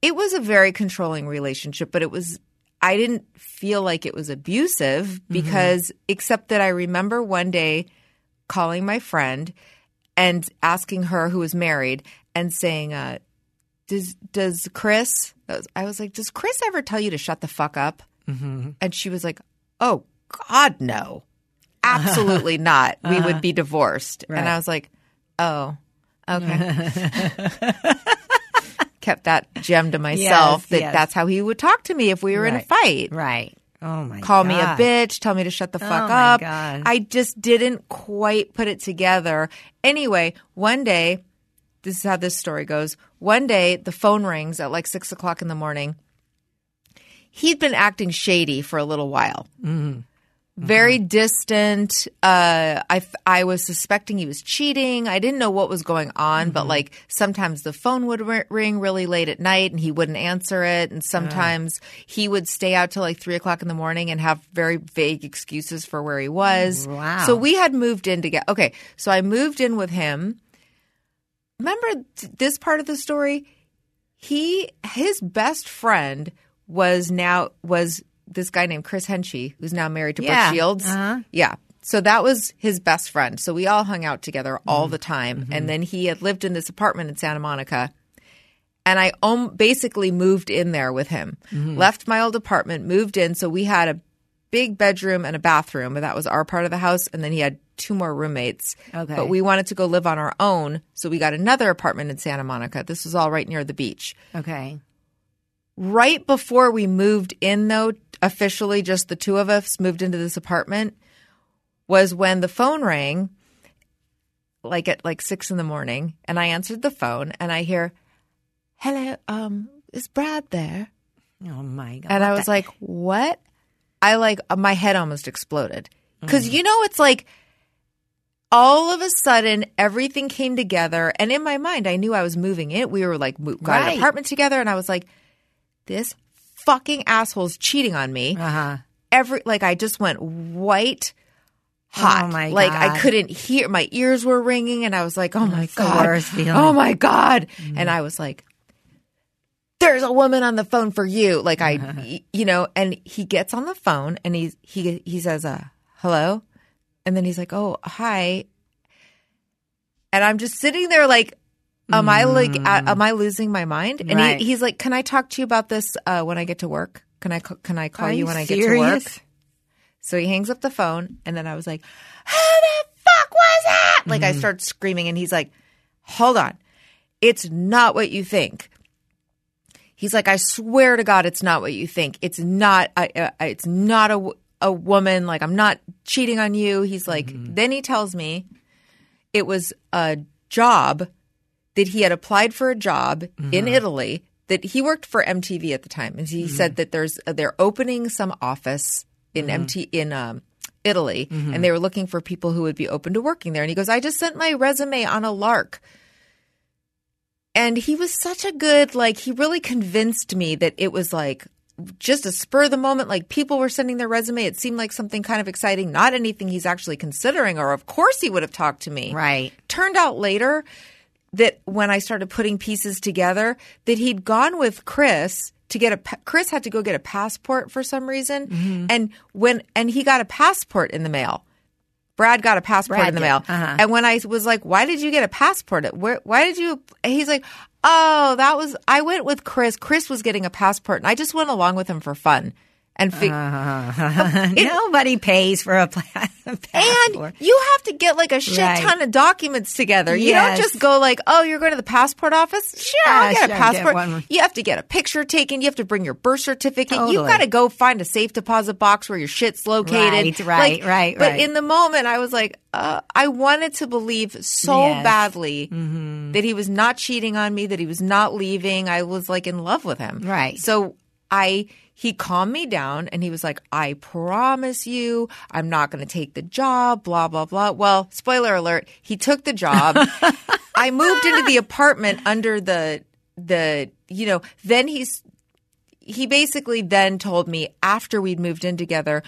C: It was a very controlling relationship, but it was. I didn't feel like it was abusive
B: Mm-hmm.
C: because, except that I remember one day calling my friend and asking her, who was married, and saying, uh, "Does does Chris?" that was- I was like, "Does Chris ever tell you to shut the fuck up?" Mm-hmm. And she was like, "Oh God, no." absolutely not. We
B: Uh-huh.
C: would be divorced. And I was like, oh, okay. Kept that gem to myself
B: Yes,
C: that
B: yes.
C: that's how he would talk to me if we were in a
B: Right.
C: fight.
B: Right. Oh my
C: Call
B: God. Oh
C: me a bitch, tell me to shut the fuck
B: my
C: up.
B: God.
C: I just didn't quite put it together. Anyway, one day, this is how this story goes. One day, the phone rings at like six o'clock in the morning. He'd been acting shady for a little while very distant. Uh, I f- I was suspecting he was cheating. I didn't know what was going on, but like sometimes the phone would ri- ring really late at night and he wouldn't answer it, and sometimes he would stay out till like three o'clock in the morning and have very vague excuses for where he was.
B: Wow.
C: So we had moved in together. Okay, so I moved in with him. Remember th- this part of the story? he his best friend was now was this guy named Chris Henchy, who's now married to
B: Yeah.
C: Brooke Shields.
B: Uh-huh.
C: Yeah. So that was his best friend. So we all hung out together
B: Mm-hmm.
C: all the time. And then he had lived in this apartment in Santa Monica. And I om- basically moved in there with him. Left my old apartment, moved in. So we had a big bedroom and a bathroom, and that was our part of the house. And then he had two more roommates.
B: Okay.
C: But we wanted to go live on our own. So we got another apartment in Santa Monica. This was all right near the beach.
B: Okay.
C: Right before we moved in, though, officially just the two of us moved into this apartment, was when the phone rang, like at like six in the morning, and I answered the phone and I hear, "Hello, um, is Brad there?"
B: Oh my God.
C: And I was like, "What?" I like uh, my head almost exploded
B: Mm.
C: because you know it's like all of a sudden everything came together, and in my mind I knew I was moving it. We were like mo- got
B: Right.
C: an apartment together, and I was like, "This fucking asshole's cheating on me."
B: uh huh.
C: Every like I just went white. Hot,
B: Oh, my
C: like I
B: God.
C: couldn't hear. My ears were ringing, and I was like, "Oh my
B: That's the
C: god!
B: worst feeling. Mm.
C: Oh my god!" And I was like, there's a woman on the phone for you like i you know and he gets on the phone and he's he he says uh hello and then he's like oh hi and i'm just sitting there like am i like a- am i losing my mind and
B: Mm. Right.
C: he, he's like can i talk to you about this uh when i get to work can i ca- can i call
B: Are
C: you
B: you
C: when i get to
B: serious?
C: work so he hangs up the phone and then i was like who the fuck was that like i start screaming and he's like hold on it's not what you think He's like, I swear to God, it's not what you think. It's not. I, I, I- it's not a w- a woman. Like I'm not cheating on you. He's like. Then he tells me, it was a job that he had applied for a job in Italy that he worked for MTV at the time, and he said that there's uh, they're opening some office in MT in um, Italy, and they were looking for people who would be open to working there. And he goes, I just sent my resume on a lark and he was such a good like he really convinced me that it was like just a spur of the moment like people were sending their resume it seemed like something kind of exciting not anything he's actually considering or of course he would have talked to me
B: Right.
C: turned out later that when i started putting pieces together that he'd gone with chris to get a pa- chris had to go get a passport for some reason
B: Mm-hmm.
C: and when and he got a passport in the mail Brad got a passport
B: Brad
C: in the
B: did.
C: mail.
B: Uh-huh.
C: And when I was like, why did you get a passport? At Where, why did you? and He's like, oh, that was, I went with Chris. Chris was getting a passport and I just went along with him for fun. And, fi-
B: Nobody pays for a, pla- a
C: and
B: passport.
C: you have to get like a shit
B: Right.
C: ton of documents together. You
B: Yes.
C: don't just go like, oh, you're going to the passport office? Sure,
B: Yeah,
C: I'll get a
B: sure, get
C: passport.
B: one.
C: You have to get a picture taken. You have to bring your birth certificate. You've
B: Totally.
C: got to go find a safe deposit box where your shit's located.
B: Right, right, right,
C: But
B: right.
C: in the moment, I was like, uh, I wanted to believe so
B: Yes.
C: badly that he was not cheating on me, that he was not leaving. I was like in love with him.
B: Right.
C: So I he calmed me down and he was like, I promise you, I'm not gonna take the job, blah, blah, blah. Well, spoiler alert, he took the job. I moved into the apartment under the the you know, then he's he basically then told me after we'd moved in together,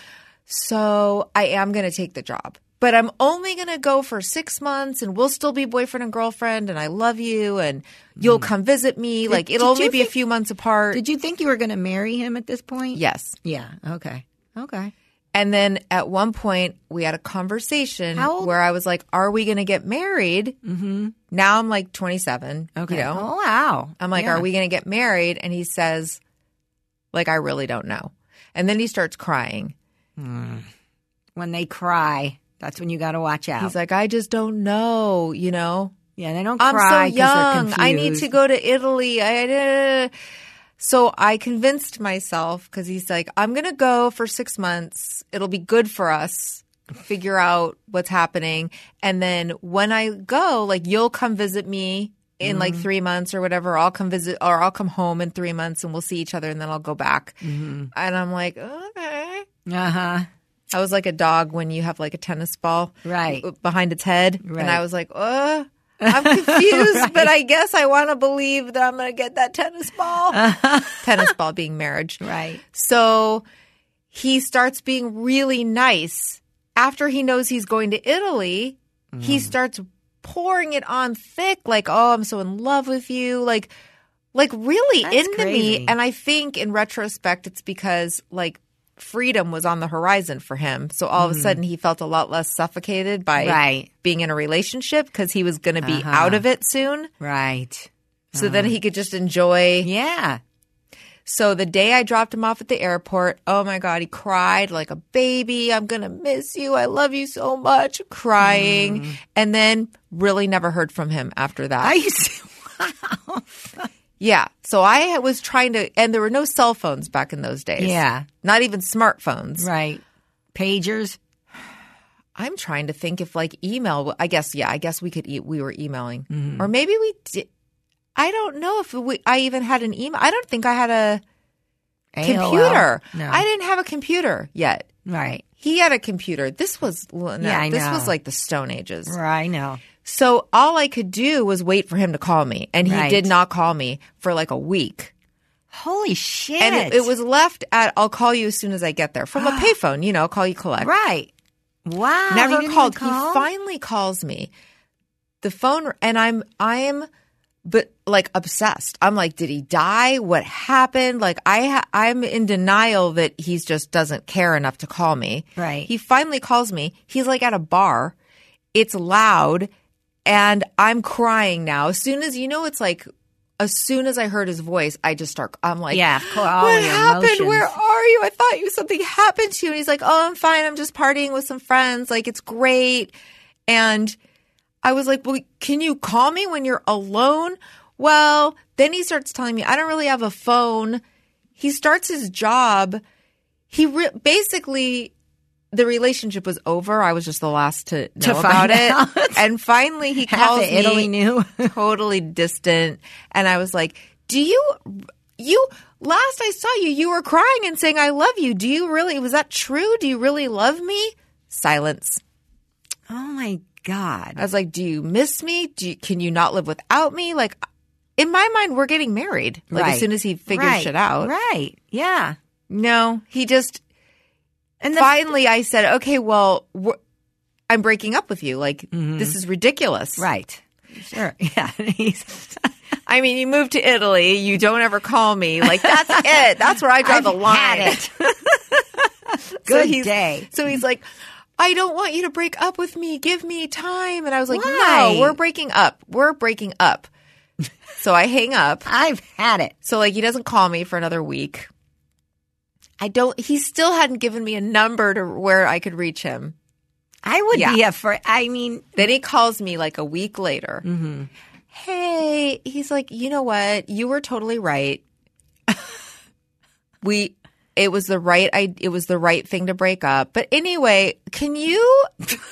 C: so I am going to take the job, but I'm only going to go for six months and we'll still be boyfriend and girlfriend. And I love you and you'll come visit me. like it'll
B: Mm. did you
C: only be a
B: think-
C: few months apart.
B: Did you think you were going to marry him at this point?
C: yes.
B: Yeah. Okay. Okay.
C: And then at one point, we had a conversation
B: How old-
C: where I was like, Are we going to get married? Mm-hmm. Now I'm like 27.
B: Okay.
C: You know?
B: Oh wow.
C: I'm like,
B: Yeah.
C: Are we going to get married? And he says, Like, I really don't know. And then he starts crying.
B: When they cry, That's when you got to watch out.
C: He's like, I just don't know, you know?
B: yeah, they don't
C: I'm
B: cry 'cause
C: so
B: they're
C: young. I need to
B: confused.
C: go to Italy. I, so I convinced myself because he's like, I'm going to go for six months. It'll be good for us. Figure out what's happening. And then when I go, like, you'll come visit me in like
B: Mm-hmm.
C: three months or whatever. I'll come visit or I'll come home in three months and we'll see each other and then I'll go back.
B: Mm-hmm.
C: And I'm like, okay.
B: Uh-huh.
C: I was like a dog when you have like a tennis ball
B: Right.
C: uh, behind its head,
B: Right.
C: and I was like, uh, I'm confused, but I guess I want to believe that I'm going to get that tennis ball.
B: Uh-huh.
C: tennis ball being marriage,
B: Right.
C: So he starts being really nice after he knows he's going to Italy.
B: Mm-hmm.
C: He starts pouring it on thick, like, "Oh, I'm so in love with you," like, like really
B: That's
C: into
B: crazy.
C: me. And I think in retrospect, it's because like freedom was on the horizon for him. So all of a sudden, he felt a lot less suffocated by
B: Mm-hmm. Right.
C: being in a relationship because he was going to be
B: Uh-huh.
C: out of it soon.
B: Right.
C: So then he could just enjoy.
B: Yeah.
C: So the day I dropped him off at the airport, oh my God, he cried like a baby. I'm going to miss you. I love you so much. Crying. And then really never heard from him after that.
B: Mm-hmm. I used to-
C: yeah. So I was trying to, and there were no cell phones back in those days.
B: Yeah.
C: Not even smartphones.
B: Right. Pagers.
C: I'm trying to think if like email, I guess, yeah, I guess we could, e- we were emailing.
B: Mm-hmm.
C: Or maybe we did. I don't know if we, I even had an email. I don't think I had a
B: AOL.
C: computer.
B: No.
C: I didn't have a computer yet.
B: Right.
C: He had a computer. This was no,
B: Yeah, I
C: this
B: know.
C: was like the Stone Ages.
B: Right. I know.
C: So all I could do was wait for him to call me, and he
B: Right.
C: did not call me for like a week.
B: Holy shit.
C: And it, it was left at "I'll call you as soon as I get there" from a payphone. You know, call you collect.
B: Right. Wow. you
C: Never
B: didn't even
C: called.
B: call?
C: He finally calls me. The phone, and I'm I'm, but like obsessed. I'm like, did he die? What happened? Like I ha- I'm in denial that he's just doesn't care enough to call me.
B: Right.
C: He finally calls me. He's like at a bar. It's loud, and I'm crying now. As soon as you know, it's like. As soon as I heard his voice, I just start. I'm like,
B: Yeah, of course, all
C: what
B: your
C: happened?
B: emotions.
C: Where are you? I thought you something happened to you. And he's like, Oh, I'm fine. I'm just partying with some friends. Like, it's great. And I was like, Well, can you call me when you're alone? Well, then he starts telling me, I don't really have a phone. He starts his job. He re- basically, the relationship was over. I was just the last to know
B: find
C: about it.
B: out.
C: And finally, he
B: Half
C: calls
B: of
C: me
B: Italy knew.
C: totally distant. And I was like, Do you, you, last I saw you, you were crying and saying, I love you. Do you really, was that true? Do you really love me? Silence.
B: oh my god.
C: I was like, Do you miss me? Do you, can you not live without me? Like, in my mind, we're getting married. Like,
B: right.
C: as soon as he figures
B: Right.
C: shit out.
B: Right. Yeah.
C: No, he just,
B: And the
C: finally, I said, Okay, well, we I'm breaking up with you. Like,
B: Mm-hmm.
C: this is ridiculous.
B: right. Sure. Yeah. He's-
C: I mean, you moved to Italy. You don't ever call me. Like, that's it. That's where I draw the line.
B: had it. Good
C: he's-
B: day.
C: So he's like, I don't want you to break up with me. Give me time. And I was like,
B: Why?
C: No, we're breaking up. We're breaking up. so I hang up.
B: I've had it.
C: So like he doesn't call me for another week. I don't he still hadn't given me a number to where I could reach him.
B: I would
C: Yeah.
B: be up for. I mean,
C: Then he calls me like a week later. Hey, he's like, you know what? You were totally right. we, it was the right, I, it was the right thing to break up. But anyway, can you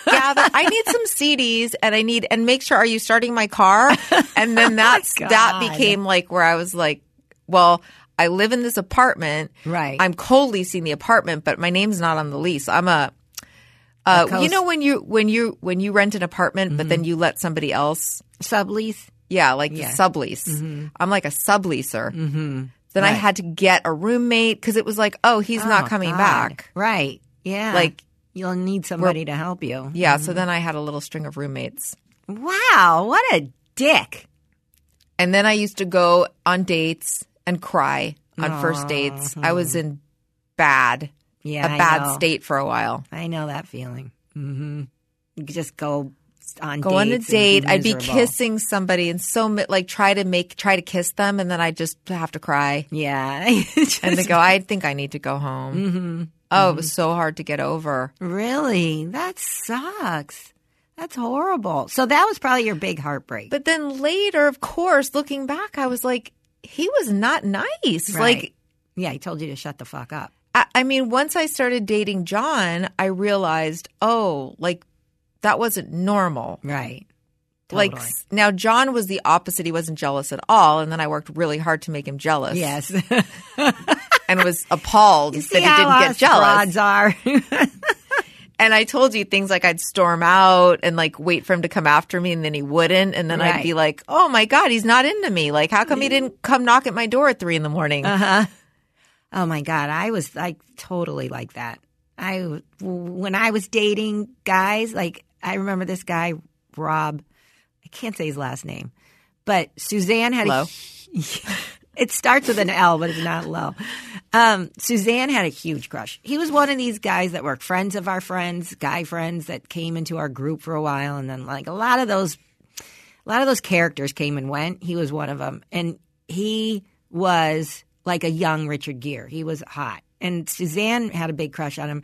C: gather? I need some CDs, and I need, and make sure. Are you starting my car? And then that's that
B: God.
C: became like where I was like, well. I live in this apartment.
B: Right.
C: I'm co-leasing the apartment, but my name's not on the lease. I'm a uh, you
B: coast.
C: know when you when you when you rent an apartment, but
B: Mm-hmm.
C: then you let somebody else,
B: sublease.
C: yeah, like the sublease.
B: Mm-hmm.
C: I'm like a subleaser. Mm-hmm. Then I had to get a roommate because it was like, oh, he's not
B: Oh,
C: coming
B: God.
C: back.
B: Right. Yeah.
C: Like-
B: you'll need somebody to help you.
C: Yeah, so then I had a little string of roommates,
B: Wow. What a dick.
C: and then I used to go on dates and cry on first dates. I was in bad,
B: Yeah.
C: a
B: I
C: bad
B: know.
C: state for a while.
B: I know that feeling. Mm-hmm. You could just go on
C: Go on a
B: dates and be
C: date. I'd be
B: miserable.
C: kissing somebody and so mi- like try to make try to kiss them, and then I just have to cry.
B: Yeah.
C: and they go, I think I need to go home. Oh,
B: Mm-hmm.
C: it was so hard to get over.
B: Really? That sucks. That's horrible. So that was probably your big heartbreak.
C: But then later, of course, looking back, I was like, he was not nice.
B: Right.
C: Like,
B: yeah, he told you to shut the fuck up.
C: I, I mean, once I started dating John, I realized, oh, like that wasn't normal.
B: Right.
C: Like
B: Totally.
C: s- now, John was the opposite. He wasn't jealous at all, and then I worked really hard to make him jealous.
B: Yes.
C: and was appalled
B: You
C: that
B: see
C: he
B: how
C: didn't get
B: us
C: jealous.
B: broads are.
C: And I told you things like I'd storm out and like wait for him to come after me, and then he wouldn't. And then I'd
B: Right.
C: be like, "Oh my god, he's not into me! Like, how come he didn't come knock at my door at three in the morning?"
B: Uh-huh. Oh my god, I was like totally like that. I when I was dating guys, like I remember this guy Rob. I can't say his last name, but Suzanne had
C: Low.
B: a. it starts with an L, but it's not low. Um, Suzanne had a huge crush. He was one of these guys that were friends of our friends, guy friends that came into our group for a while, and then like a lot of those a lot of those characters came and went. He was one of them, and he was like a young Richard Gere. He was hot, and Suzanne had a big crush on him.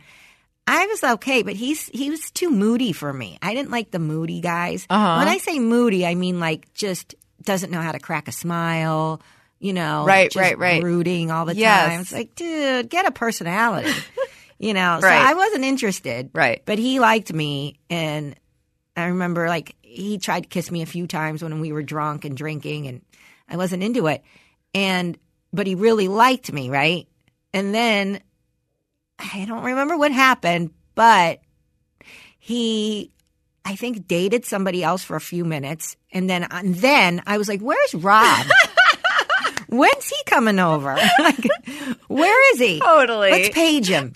B: I was okay, but he's he was too moody for me. I didn't like the moody guys.
C: Uh-huh.
B: When I say moody, I mean like just doesn't know how to crack a smile. You know,
C: Right,
B: just
C: right, right.
B: brooding all the
C: Yes.
B: time. It's like, dude, get a personality. you know, so
C: Right.
B: I wasn't interested.
C: Right.
B: but he liked me, and I remember like he tried to kiss me a few times when we were drunk and drinking and I wasn't into it. And but he really liked me, right? And then I don't remember what happened, but he I think dated somebody else for a few minutes and then and then I was like, "Where's Rob?" When's he coming over? Like, where is he?
C: Totally.
B: Let's page him.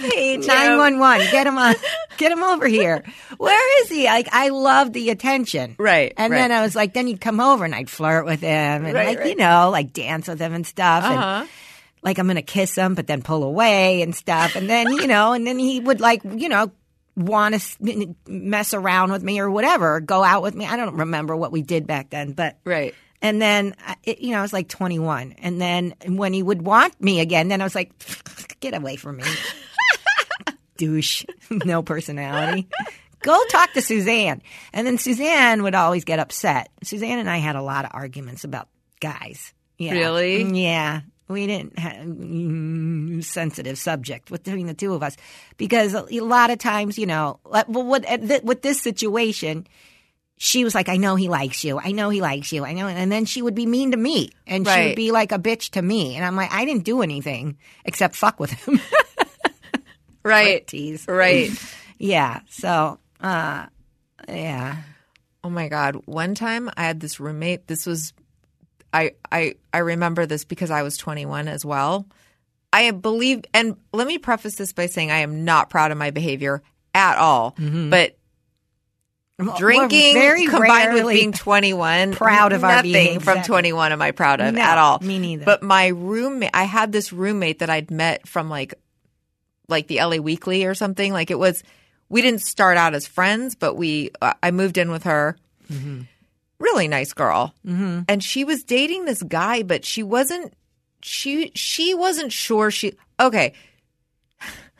C: Hey, Jim.
B: Nine one one. Get him on. Get him over here. Where is he? Like I love the attention.
C: Right,
B: And then
C: right.
B: I was like, then he'd come over and I'd flirt with him and
C: Right,
B: like you
C: right.
B: know, like dance with him and stuff.
C: Uh-huh.
B: And like I'm gonna kiss him, but then pull away and stuff. And then you know, and then he would like you know want to mess around with me or whatever, or go out with me. I don't remember what we did back then, but
C: Right.
B: and then, I- it, you know, I was like 21. And then when he would want me again, then I was like, get away from me. Douche. no personality. Go talk to Suzanne. And then Suzanne would always get upset. Suzanne and I had a lot of arguments about guys. Yeah.
C: Really?
B: Yeah. We didn't have mm, sensitive subject between the two of us because a lot of times, you know, like, well, what, with this situation, she was like, I know he likes you. I know he likes you. I know. And then she would be mean to me and she
C: Right.
B: would be like a bitch to me. And I'm like, I didn't do anything except fuck with him.
C: Right.
B: Tease.
C: Right.
B: Yeah. So, uh, yeah.
C: Oh my god! One time I had this roommate. This was I I I remember this because I was 21 as well. I believe and let me preface this by saying I am not proud of my behavior at all.
B: Mm-hmm.
C: But drinking
B: We're very
C: combined
B: rarely,
C: with being 21
B: proud of our
C: nothing
B: behavior.
C: from
B: Exactly.
C: 21 am I proud of
B: No,
C: at all.
B: me neither.
C: But my roommate I had this roommate that I'd met from like like the LA Weekly or something. Like it was, we didn't start out as friends, but we, uh, I moved in with her.
B: Mm-hmm.
C: Really nice girl, mm-hmm. and she was dating this guy, but she wasn't. She she wasn't sure she okay.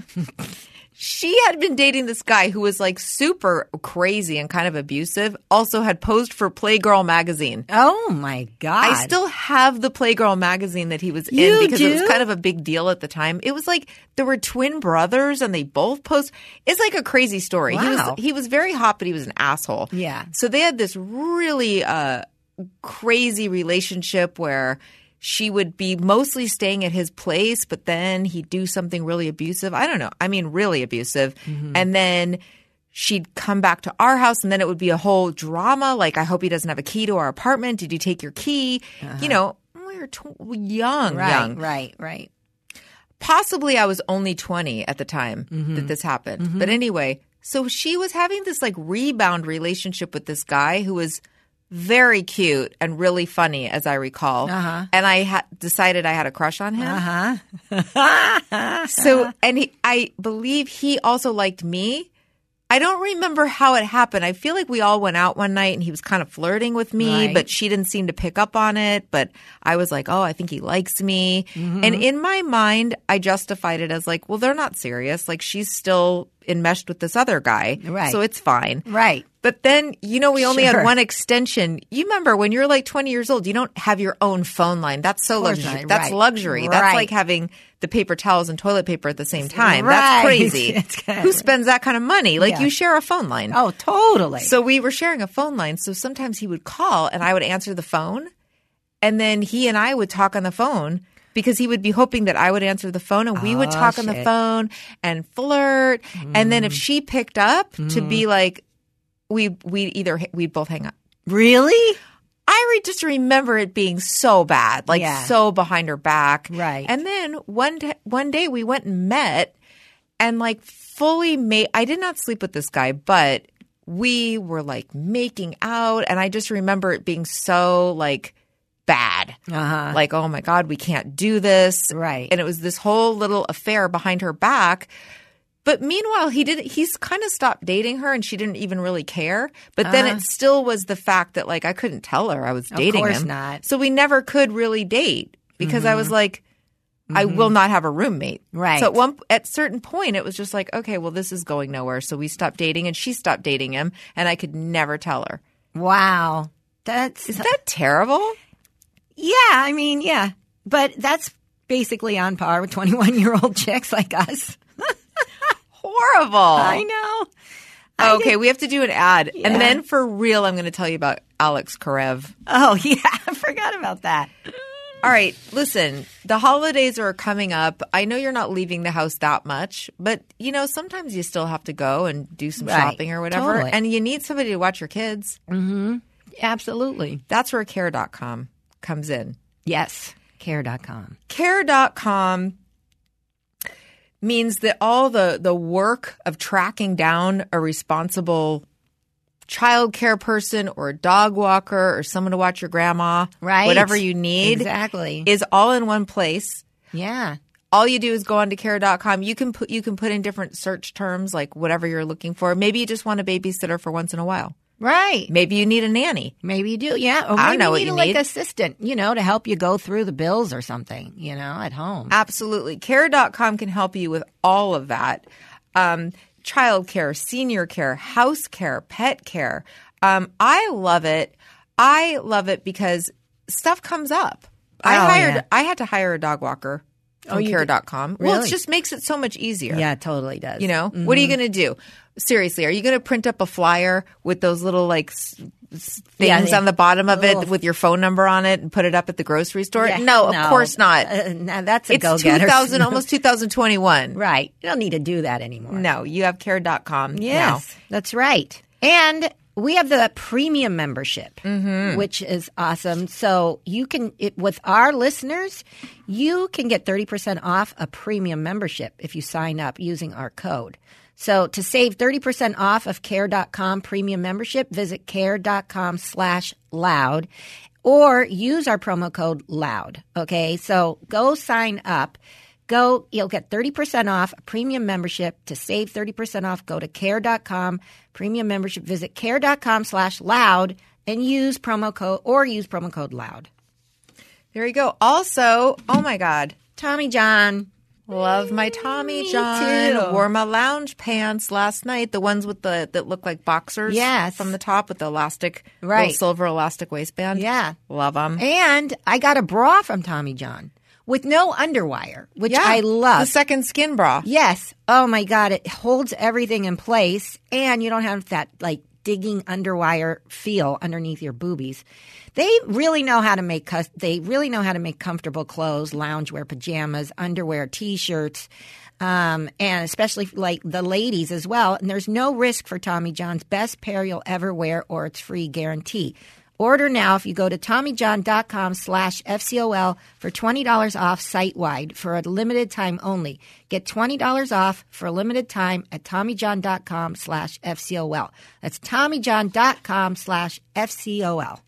C: she had been dating this guy who was like super crazy and kind of abusive. Also, had posed for Playgirl magazine.
B: oh my God.
C: I still have the Playgirl magazine that he was in
B: You
C: because it
B: do?
C: was kind of a big deal at the time. It was like there were twin brothers and they both post. It's like a crazy story. He was
B: Wow.
C: he was very hot, but he was an asshole.
B: Yeah.
C: So they had this really uh, crazy relationship where she would be mostly staying at his place, but then he'd do something really abusive. I don't know. I mean, really abusive, and then. She'd come back to our house and then it would be a whole drama. Like, I hope he doesn't have a key to our apartment. Did you take your key? You know, we were tw- young,
B: right,
C: young
B: right, right.
C: possibly I was only 20 at the time that this happened. But anyway, so she was having this like rebound relationship with this guy who was very cute and really funny, as I recall. Uh-huh. And I ha- decided I had a crush on him. Uh-huh. so, and he, I believe he also liked me. I don't remember how it happened. I feel like we all went out one night and he was kind of flirting with me,
B: Right.
C: but she didn't seem to pick up on it. But I was like, oh, I think he likes me.
B: Mm-hmm.
C: And in my mind, I justified it as like, well, they're not serious. Like she's still enmeshed with this other guy.
B: Right.
C: So it's fine.
B: Right.
C: But then, you know, we only
B: Sure.
C: had one extension. You remember when you're like 20 years old, you don't have your own phone line. That's so
B: course
C: luxury.
B: not.
C: That's
B: Right.
C: luxury. That's
B: Right.
C: like having the paper towels and toilet paper at the same time.
B: Right.
C: That's crazy.
B: It's kinda-
C: Who spends that kind of money? Like
B: Yeah.
C: you share a phone line.
B: Oh, totally.
C: So we were sharing a phone line. So sometimes he would call and I would answer the phone. And then he and I would talk on the phone because he would be hoping that I would answer the phone and we would
B: Oh,
C: talk on the
B: shit.
C: phone and flirt. And then if she picked up to be like, we we either we'd both hang up.
B: really?
C: I re- just remember it being so bad, like
B: Yeah.
C: so behind her back.
B: Right.
C: And then one day, one day we went and met, and like fully made. I did not sleep with this guy, but we were like making out, and I just remember it being so like bad.
B: Uh-huh.
C: Like, oh my god, we can't do this.
B: Right.
C: And it was this whole little affair behind her back. But meanwhile, he did. He's kind of stopped dating her, and she didn't even really care. But
B: Uh-huh.
C: then it still was the fact that like I couldn't tell her I was dating
B: course
C: him.
B: not. Mm-hmm.
C: So we never could really date because I was like, I will not have a roommate.
B: Right.
C: So at one at certain point, it was just like, okay, well, this is going nowhere. So we stopped dating, and she stopped dating him, and I could never tell her.
B: Wow. That's
C: Is that terrible?
B: Yeah, I mean, yeah. But that's basically on par with 21 year old chicks like us.
C: Horrible.
B: I know.
C: okay, we have to do an ad, and then for real, I'm going to tell you about Alex Karev.
B: Oh, yeah. I forgot about that.
C: All right, listen, the holidays are coming up. I know you're not leaving the house that much, but you know, sometimes you still have to go and do some
B: Right,
C: shopping or whatever.
B: totally.
C: And you need somebody to watch your kids.
B: Absolutely.
C: That's where care.com comes in.
B: Yes. Care.com.
C: Care.com means that all the, the work of tracking down a responsible child care person or a dog walker or someone to watch your grandma,
B: Right.
C: whatever you need,
B: Exactly.
C: is all in one place.
B: yeah.
C: all you do is go on to care.com. You can put you can put in different search terms like whatever you're looking for. Maybe you just want a babysitter for once in a while.
B: Right.
C: Maybe you need a nanny.
B: Maybe you do. Yeah. Or maybe
C: I don't know
B: you
C: what
B: need
C: you
B: a, like
C: need.
B: assistant, you know, to help you go through the bills or something, you know, at home.
C: Absolutely. Care.com can help you with all of that. Um, child care, senior care, house care, pet care. Um, I love it. I love it because stuff comes up. I
B: Oh,
C: hired
B: yeah. Oh,
C: I had to hire a dog walker from
B: you did?
C: care.com. Well, it
B: Really?
C: just makes it so much easier.
B: yeah, Mm-hmm. it totally does.
C: You know, what are you going to do? Seriously, are you going to print up a flyer with those little like s- s-
B: Yeah,
C: things
B: yeah.
C: on the bottom of
B: Ugh.
C: it with your phone number on it and put it up at the grocery store?
B: Yeah.
C: no, of course not.
B: Uh, no, that's a
C: it's
B: go getter.
C: 2000 almost 2021.
B: Right. You don't need to do that anymore.
C: No, you have care.com now.
B: Yes, that's right. And we have the premium membership, which is awesome. So you can, it, with our listeners, you can get 30% off a premium membership if you sign up using our code. So to save 30% off of care.com premium membership, visit care.com slash loud or use our promo code loud. Okay. So go sign up. Go, you'll get 30% off a premium membership. To save 30% off, go to care.com, premium membership. Visit care.com slash loud and use promo code or use promo code loud.
C: There you go. Also, oh my god,
B: Tommy John.
C: love my Tommy
B: Me
C: John.
B: too.
C: Wore my lounge pants last night, the ones with the that look like boxers
B: Yes.
C: from the top with the elastic little
B: Right.
C: silver elastic waistband.
B: Yeah.
C: Love them.
B: And I got a bra from Tommy John with no underwire, which I
C: The
B: love.
C: second skin bra.
B: yes. Oh my God. It holds everything in place and you don't have that like digging underwire feel underneath your boobies. They really know how to make cus- they really know how to make comfortable clothes, loungewear, pajamas, underwear, t-shirts. Um, and especially like the ladies as well. And there's no risk for Tommy John's best pair you'll ever wear or its free guarantee. Order now if you go to TommyJohn.com slash FCOL for $20 off site-wide for a limited time only. Get $20 off for a limited time at TommyJohn.com slash FCOL. That's TommyJohn.com slash FCOL.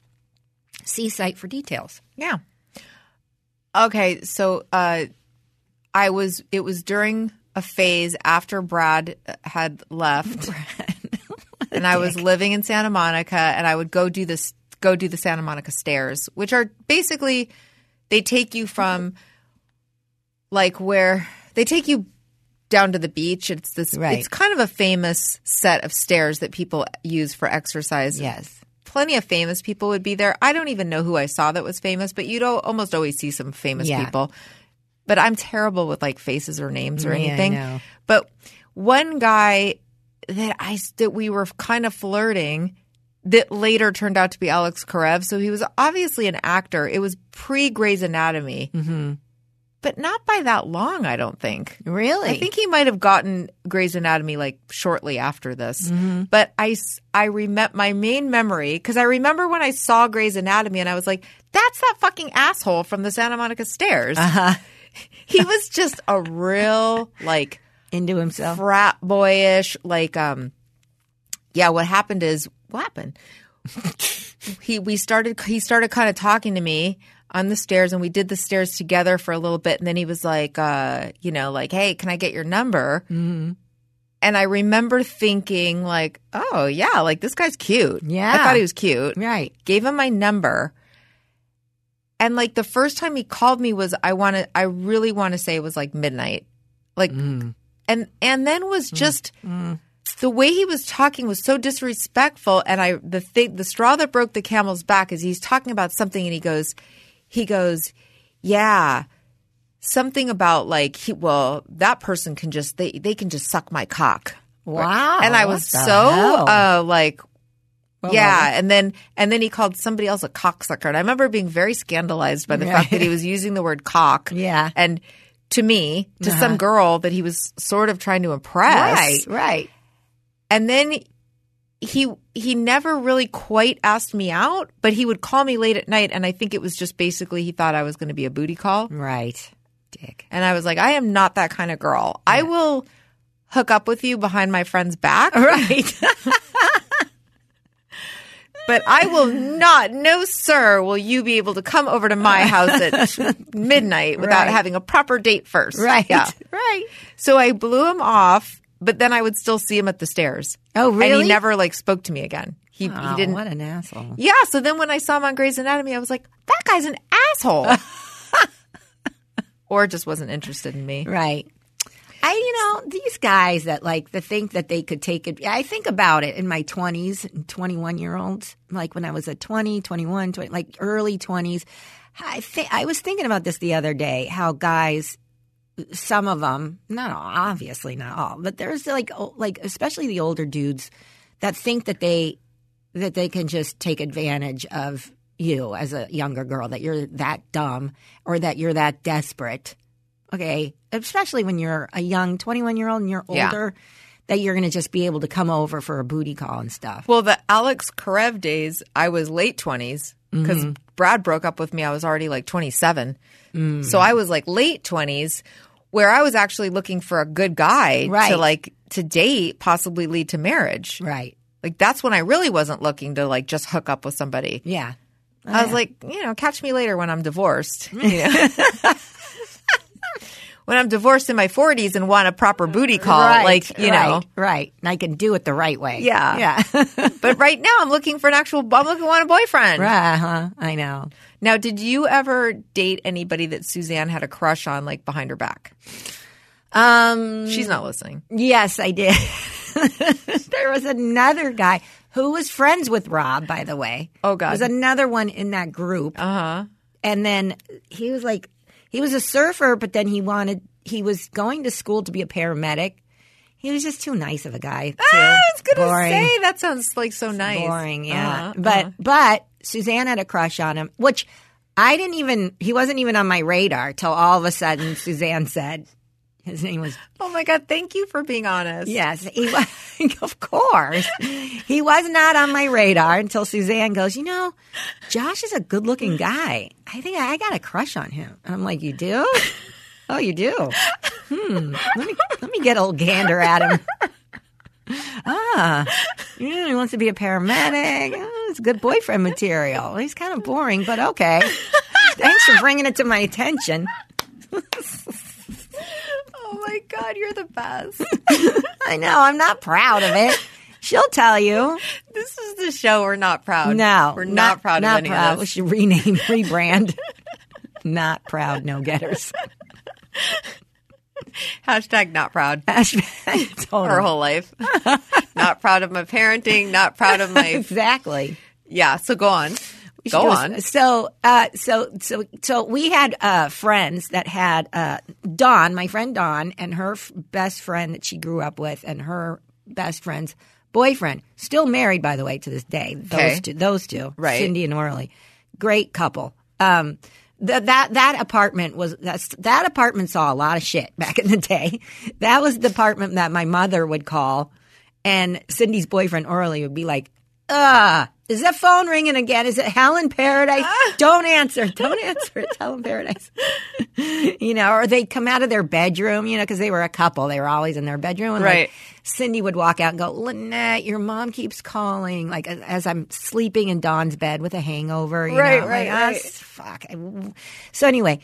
B: See site for details.
C: Yeah. Okay, so uh, I was. It was during a phase after Brad had uh, left and I was living in Santa Monica, and I would go do this, go do the Santa Monica stairs, which are basically they take you from like where they take you down to the beach. It's this,
B: Right.
C: it's kind of a famous set of stairs that people use for exercise.
B: Yes.
C: Plenty of famous people would be there. I don't even know who I saw that was famous, but you'd al- almost always see some famous
B: Yeah.
C: people. But I'm terrible with like faces or names or
B: Yeah, I
C: anything.
B: know.
C: But one guy that I that we were kind of flirting that later turned out to be Alex Karev. So he was obviously an actor. It was pre Grey's Anatomy, mm-hmm. but not by that long, I don't think.
B: Really?
C: I think he might have gotten Grey's Anatomy like shortly after this. But I, s- I remember my main memory because I remember when I saw Grey's Anatomy and I was like, that's that fucking asshole from the Santa Monica stairs. he was just a real like
B: into himself.
C: frat boyish like um yeah what happened is what happened he we started he started kind of talking to me on the stairs and we did the stairs together for a little bit and then he was like uh you know like hey can i get your number and i remember thinking like oh yeah like this guy's cute i
B: Yeah.
C: thought he was cute
B: Right.
C: gave him my number and like the first time he called me was i want to i really want to say it was like midnight like and and then was just the way he was talking was so disrespectful and i the thing the straw that broke the camel's back is he's talking about something and he goes he goes yeah something about like he well that person can just they they can just suck my cock
B: Wow.
C: and i
B: Oh, what
C: was
B: the
C: so
B: hell?
C: uh like
B: Well,
C: yeah,
B: well,
C: and then and then he called somebody else a cocksucker, and I remember being very scandalized by the fact that he was using the word cock.
B: Yeah. Uh-huh.
C: and to me, to some girl that he was sort of trying to impress.
B: Right. Right.
C: And then he he never really quite asked me out, but he would call me late at night, and I think it was just basically he thought I was going to be a booty call,
B: Right. Dick.
C: and I was like, I am not that kind of girl. I will hook up with you behind my friend's back.
B: Right.
C: but I will not, no sir, will you be able to come over to my house at midnight without
B: Right.
C: having a proper date first.
B: right.
C: Yeah.
B: Right.
C: So I blew him off, but then I would still see him at the stairs.
B: Oh,
C: And
B: really?
C: he never like spoke to me again. He, he
B: Oh,
C: didn't.
B: What an asshole.
C: Yeah. So then when I saw him on Grey's Anatomy, I was like, that guy's an asshole. or just wasn't interested in me.
B: Right. I, you know, these guys that like the think that they could take it. I think about it in my 20s, 21 year olds, like when I was a 20, 21, 20, like early 20s. I, thi- I was thinking about this the other day how guys, some of them, not all, obviously not all, but there's like, o- like especially the older dudes that think that they that they can just take advantage of you as a younger girl that you're that dumb or that you're that desperate okay especially when you're a young 21 year old and you're
C: Yeah.
B: older that you're going to just be able to come over for a booty call and stuff
C: Well, the Alex Karev days, I was late 20s because
B: Mm-hmm.
C: Brad broke up with me. I was already like 27.
B: Mm.
C: So I was like late 20s where I was actually looking for a good guy
B: Right.
C: to like to date, possibly lead to marriage.
B: right
C: Like that's when I really wasn't looking to like just hook up with somebody.
B: yeah
C: I was like, you know, catch me later when I'm divorced. You know? when I'm divorced in my 40s and want a proper booty call,
B: Right,
C: Oh, like, you
B: right,
C: know.
B: right and i can do it the right way
C: Yeah.
B: yeah
C: But right now I'm looking for an actual I'm looking want a boyfriend.
B: right huh i know
C: Now, did you ever date anybody that Suzanne had a crush on, like behind her back?
B: um
C: She's not listening.
B: yes i did there was another guy who was friends with rob by the way
C: Oh, God.
B: There was another one in that group
C: Uh huh.
B: and then he was like he was a surfer but then he wanted he was going to school to be a paramedic he was just too nice of a guy too.
C: Ah, I was gonna
B: boring
C: say that sounds like so nice.
B: boring yeah
C: Uh-huh,
B: but
C: uh-huh.
B: but suzanne had a crush on him which i didn't even he wasn't even on my radar till all of a sudden suzanne said his name was
C: oh my god, thank you for being honest.
B: Yes, he was. of course, he was not on my radar until Suzanne goes. You know, Josh is a good-looking guy. I think I got a crush on him. And I'm like, you do? Oh, you do? Hmm. Let me let me get a little gander at him. Ah, yeah, he wants to be a paramedic. Oh, it's good boyfriend material. He's kind of boring, but okay. Thanks for bringing it to my attention.
C: Oh my god, you're the best.
B: I know. I'm not proud of it. She'll tell you.
C: This is the show we're not proud.
B: No,
C: We're not, proud
B: not
C: of any
B: proud.
C: of
B: We
C: this.
B: should rename, rebrand. not proud, no getters.
C: Hashtag not proud. Her
B: totally.
C: whole life. not proud of my parenting, not proud of my
B: Exactly.
C: Yeah, so go on.
B: We should
C: Go
B: do a-
C: on.
B: So, uh, so, so, so we had uh, friends that had uh, Dawn, my friend Dawn, and her f- best friend that she grew up with, and her best friend's boyfriend, still married by the way to this day. Those
C: Okay.
B: two, those two,
C: Right.
B: Cindy and Orly, great couple. Um, th- that that apartment was that's, that apartment saw a lot of shit back in the day. That was the apartment that my mother would call, and Cindy's boyfriend Orly would be like, "Uh, is that phone ringing again? Is it Helen Paradise? Don't answer. Don't answer. It's Helen Paradise." you know, or they'd come out of their bedroom, you know, because they were a couple. They were always in their bedroom. And
C: Right.
B: Like, Cindy would walk out and go, Lynette, your mom keeps calling, like as, as I'm sleeping in Don's bed with a hangover. You
C: Right,
B: know?
C: right,
B: like, "Ah,
C: right.
B: s- fuck. I- So anyway,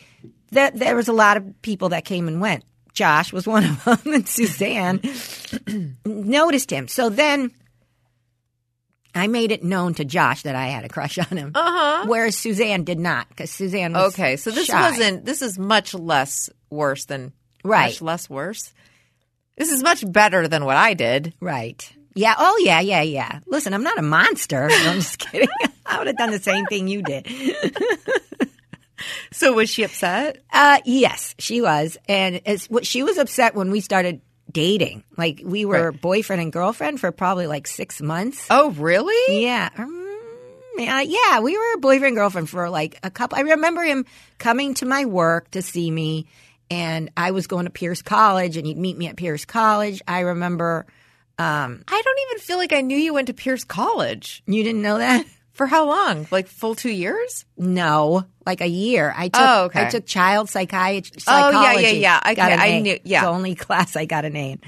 B: th- there was a lot of people that came and went. Josh was one of them, and Suzanne noticed him. So then I made it known to Josh that I had a crush on him, uh-huh. whereas Suzanne did not, because Suzanne was
C: Okay, so this
B: shy.
C: wasn't this is much less worse than
B: Right.
C: much less worse. This is much better than what I did.
B: Right. Yeah. Oh, yeah, yeah, yeah. Listen, I'm not a monster. No, I'm just kidding. I would have done the same thing you did.
C: So was she upset?
B: Uh, yes, she was. And it's, what- she was upset when we started dating. Like, we were boyfriend and girlfriend for probably like six months.
C: Oh, really?
B: Yeah. Um, yeah, yeah, we were boyfriend and girlfriend for like a couple. I remember him coming to my work to see me, and I was going to Pierce College, and he'd meet me at Pierce College. I remember
C: I don't even feel like I knew you went to Pierce College.
B: you didn't know that.
C: For how long? Like full 2 years?
B: No, like a year. I took
C: Oh, okay.
B: I took child psychiatry.
C: Oh, yeah, yeah,
B: psychology.
C: yeah. Okay,
B: Got an
C: I
B: A.
C: knew-
B: It's
C: yeah.
B: the only class I got an A. in.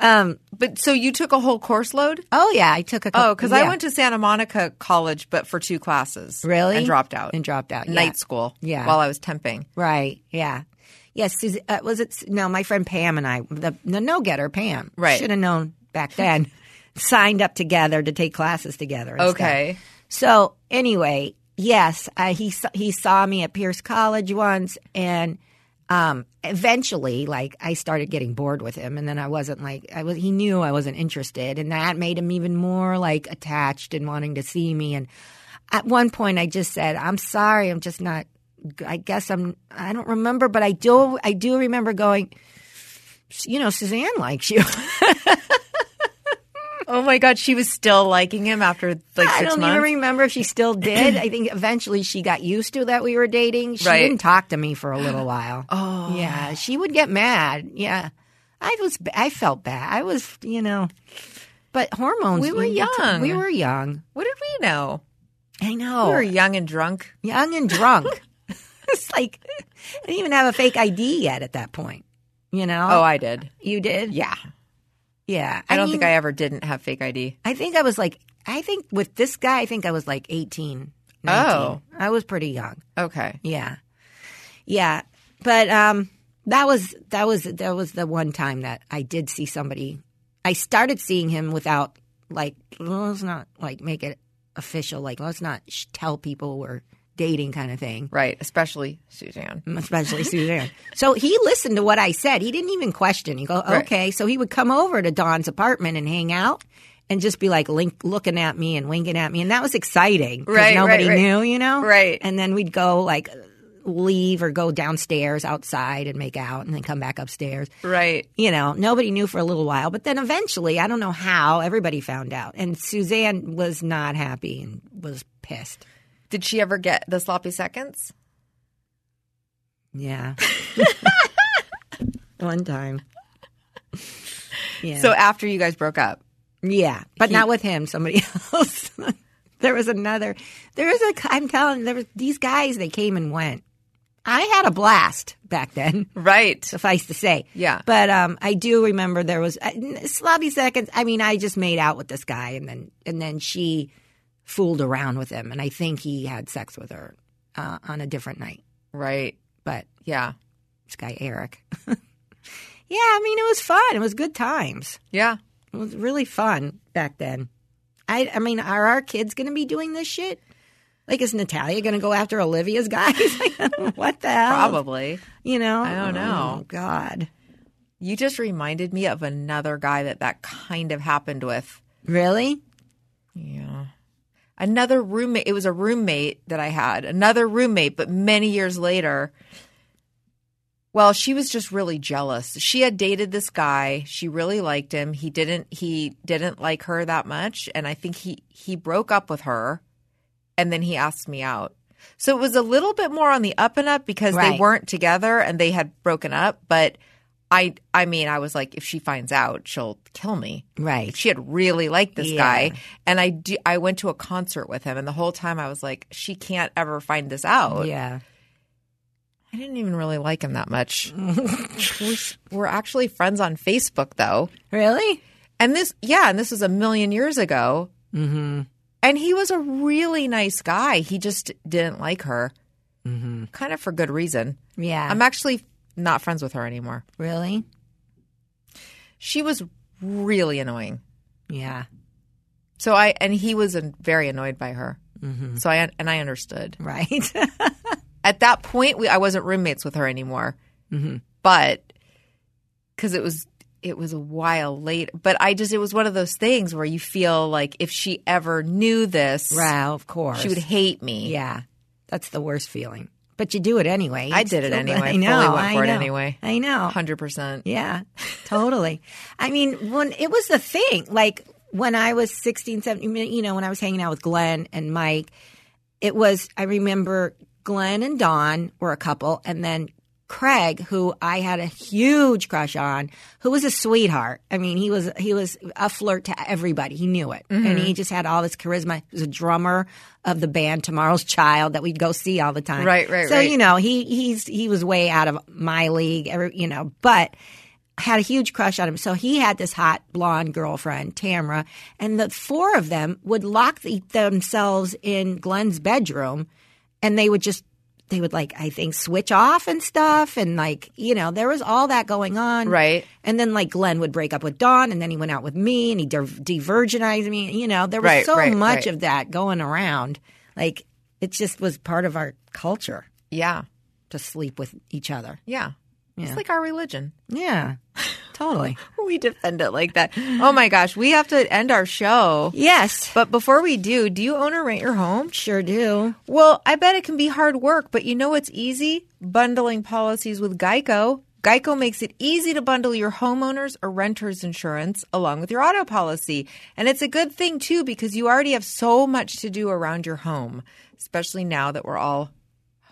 B: Um,
C: But so you took a whole course load?
B: Oh yeah, I took a. couple-
C: Oh, because I
B: yeah.
C: went to Santa Monica College, but for two classes.
B: Really?
C: And dropped out.
B: And dropped out, yeah.
C: Night school.
B: Yeah.
C: While I was temping.
B: right. Yeah. Yes. Susan- uh, was it? No, my friend Pam and I, the, the no getter Pam,
C: Right.
B: Should have known back then. signed up together to take classes together. and stuff.
C: Okay.
B: So anyway, yes, uh, he s- he saw me at Pierce College once, and um, eventually, like I started getting bored with him, and then I wasn't like I was. He knew I wasn't interested, and that made him even more like attached and wanting to see me. And at one point, I just said, "I'm sorry, I'm just not. I guess I'm. I don't remember, but I do. I do remember going." You know, Suzanne likes you.
C: Oh my God, she was still liking him after like
B: I
C: six
B: don't
C: months.
B: even remember if she still did. I think eventually she got used to that we were dating. She
C: Right.
B: didn't talk to me for a little while. Oh, yeah, she would get mad. Yeah, I was. I felt bad. I was, you know, but hormones.
C: We were
B: you-
C: young.
B: We were young.
C: what did we know?
B: I know.
C: We were young and drunk.
B: young and drunk. it's like I didn't even have a fake ID yet at that point. You know?
C: Oh, I did.
B: you did?
C: Yeah.
B: yeah.
C: I, don't
B: mean,
C: think I ever didn't have fake ID.
B: I think I was like, I think with this guy, I think I was like 18. 19.
C: Oh.
B: I was pretty young.
C: Okay.
B: Yeah. Yeah. But um that was that was that was the one time that I did see somebody. I started seeing him without like let's not like make it official like let's not sh- tell people we're dating kind of thing.
C: Right. Especially Suzanne.
B: Especially Suzanne. so he listened to what I said. He didn't even question. He go,
C: Right.
B: okay. So he would come over to Don's apartment and hang out, and just be like link, looking at me and winking at me, and that was exciting because
C: Right, right,
B: nobody
C: right.
B: knew, you know,
C: Right.
B: And then we'd go like leave or go downstairs outside and make out, and then come back upstairs.
C: Right.
B: You know, nobody knew for a little while, but then eventually, I don't know how, everybody found out, and Suzanne was not happy and was pissed.
C: Did she ever get the sloppy seconds?
B: Yeah. One time. Yeah.
C: So after you guys broke up.
B: yeah, but
C: he-
B: not with him. Somebody else. there was another. There was a. I'm telling. you, There was these guys. They came and went. I had a blast back then.
C: Right.
B: Suffice to say.
C: Yeah.
B: But um, I do remember there was uh, n- sloppy seconds. I mean, I just made out with this guy, and then and then she fooled around with him, and I think he had sex with her uh, on a different night.
C: Right.
B: But
C: Yeah.
B: this guy Eric. yeah, I mean it was fun. It was good times.
C: Yeah.
B: It was really fun back then. I, I mean, are our kids going to be doing this shit? Like, is Natalia going to go after Olivia's guys? Like, what the hell?
C: Probably.
B: You know?
C: I don't know.
B: Oh, God.
C: You just reminded me of another guy that that kind of happened with.
B: Really?
C: Yeah. Another roommate. It was a roommate that I had. Another roommate, but many years later. Well, she was just really jealous. She had dated this guy. She really liked him. He didn't he didn't like her that much, and I think he he broke up with her and then he asked me out. So it was a little bit more on the up and up because they
B: Right.
C: weren't together and they had broken up, but I I mean, I was like if she finds out, she'll kill me
B: Right.
C: she had really liked this
B: Yeah.
C: guy and i do, i went to a concert with him and the whole time i was like she can't ever find this out
B: Yeah.
C: i didn't even really like him that much we're, s- we're actually friends on facebook though
B: Really?
C: and this yeah and this was a million years ago mm-hmm. and he was a really nice guy he just didn't like her mm-hmm. kind of for good reason
B: Yeah.
C: i'm actually not friends with her anymore
B: really?
C: she was really annoying
B: Yeah.
C: So I and he was uh, very annoyed by her.
B: Mm-hmm.
C: So I and I understood
B: Right.
C: at that point. We I wasn't roommates with her anymore, Mm-hmm. but because it was it was a while late. But I just it was one of those things where you feel like if she ever knew this,
B: right. Of course.
C: she would hate me.
B: Yeah, that's the worst feeling. But you do it anyway.
C: I
B: It's
C: did it
B: still-
C: anyway.
B: I know.
C: Fully went
B: I
C: for it
B: know.
C: anyway.
B: I know.
C: hundred percent.
B: Yeah, totally. I mean, when it was the thing, like when I was 16, 17, you know, when I was hanging out with Glenn and Mike, it was, I remember Glenn and Dawn were a couple, and then Craig, who I had a huge crush on, who was a sweetheart. I mean, he was he was a flirt to everybody. He knew it, and
C: Mm-hmm.
B: he just had all this charisma. He was a drummer of the band Tomorrow's Child that we'd go see all the time.
C: Right, right,
B: So
C: right.
B: you know, he he's he was way out of my league. Every, you know, but had a huge crush on him. So he had this hot blonde girlfriend, Tamra, and the four of them would lock the, themselves in Glenn's bedroom and they would just they would like I think switch off and stuff and like, you know, there was all that going on.
C: Right.
B: And then like Glenn would break up with Dawn and then he went out with me and he de- de-virginized me, you know, there was
C: Right,
B: so
C: right,
B: much
C: right.
B: of that going around. Like it just was part of our culture
C: Yeah,
B: to sleep with each other.
C: yeah.
B: Yeah.
C: It's like our religion.
B: Yeah. Totally.
C: We defend it like that. Oh my gosh, we have to end our show.
B: Yes.
C: But before we do, do you own or rent your home?
B: Sure do.
C: Well, I bet it can be hard work, but you know what's easy? Bundling policies with Geico. Geico makes it easy to bundle your homeowner's or renter's insurance along with your auto policy. And it's a good thing, too, because you already have so much to do around your home, especially now that we're all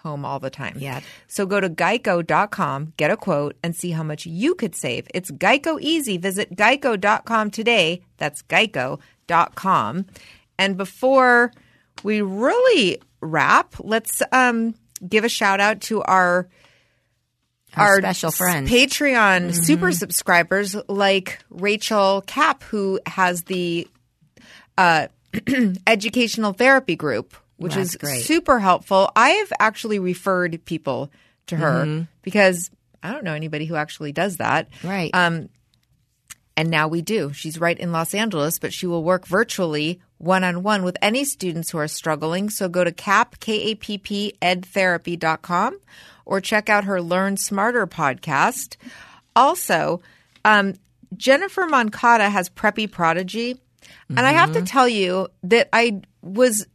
C: home all the time.
B: Yeah.
C: So go to geico.com, get a quote, and see how much you could save. It's Geico easy. Visit geico.com today. That's geico.com. And before we really wrap, let's um, give a shout out to our
B: Our special friends. Mm-hmm.
C: Patreon super subscribers like Rachel Cap, who has the uh, educational therapy group, which
B: That's
C: is
B: great.
C: super helpful. I've actually referred people to her because I don't know anybody who actually does that.
B: Right.
C: Um, and now we do. She's right in Los Angeles, but she will work virtually one on one with any students who are struggling. So go to cap, K A P P, edtherapy.com or check out her Learn Smarter podcast. Also, um, Jennifer Moncada has Preppy Prodigy. And I have
B: Mm-hmm.
C: to tell you that I was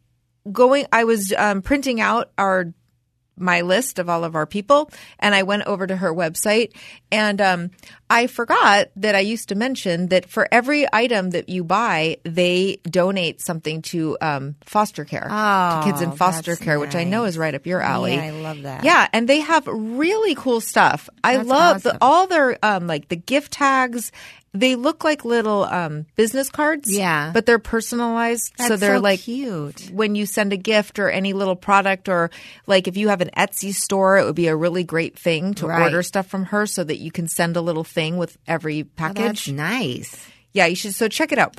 C: going, I was um, printing out our my list of all of our people and I went over to her website and um, I forgot that I used to mention that for every item that you buy, they donate something to um, foster care, to kids in
B: Oh,
C: foster
B: that's
C: care, which I know
B: nice.
C: is right up your alley.
B: Yeah, I love that.
C: Yeah, and they have really cool stuff. I
B: That's
C: love the,
B: awesome.
C: all their um, like the gift tags. They look like little um, business cards.
B: Yeah.
C: but they're personalized, so
B: That's
C: they're like
B: cute.
C: when you send a gift or any little product or like if you have an Etsy store, it would be a really great thing to
B: Right.
C: order stuff from her so that you can send a little thing with every
B: Oh, that's
C: package.
B: nice.
C: yeah, you should so check it out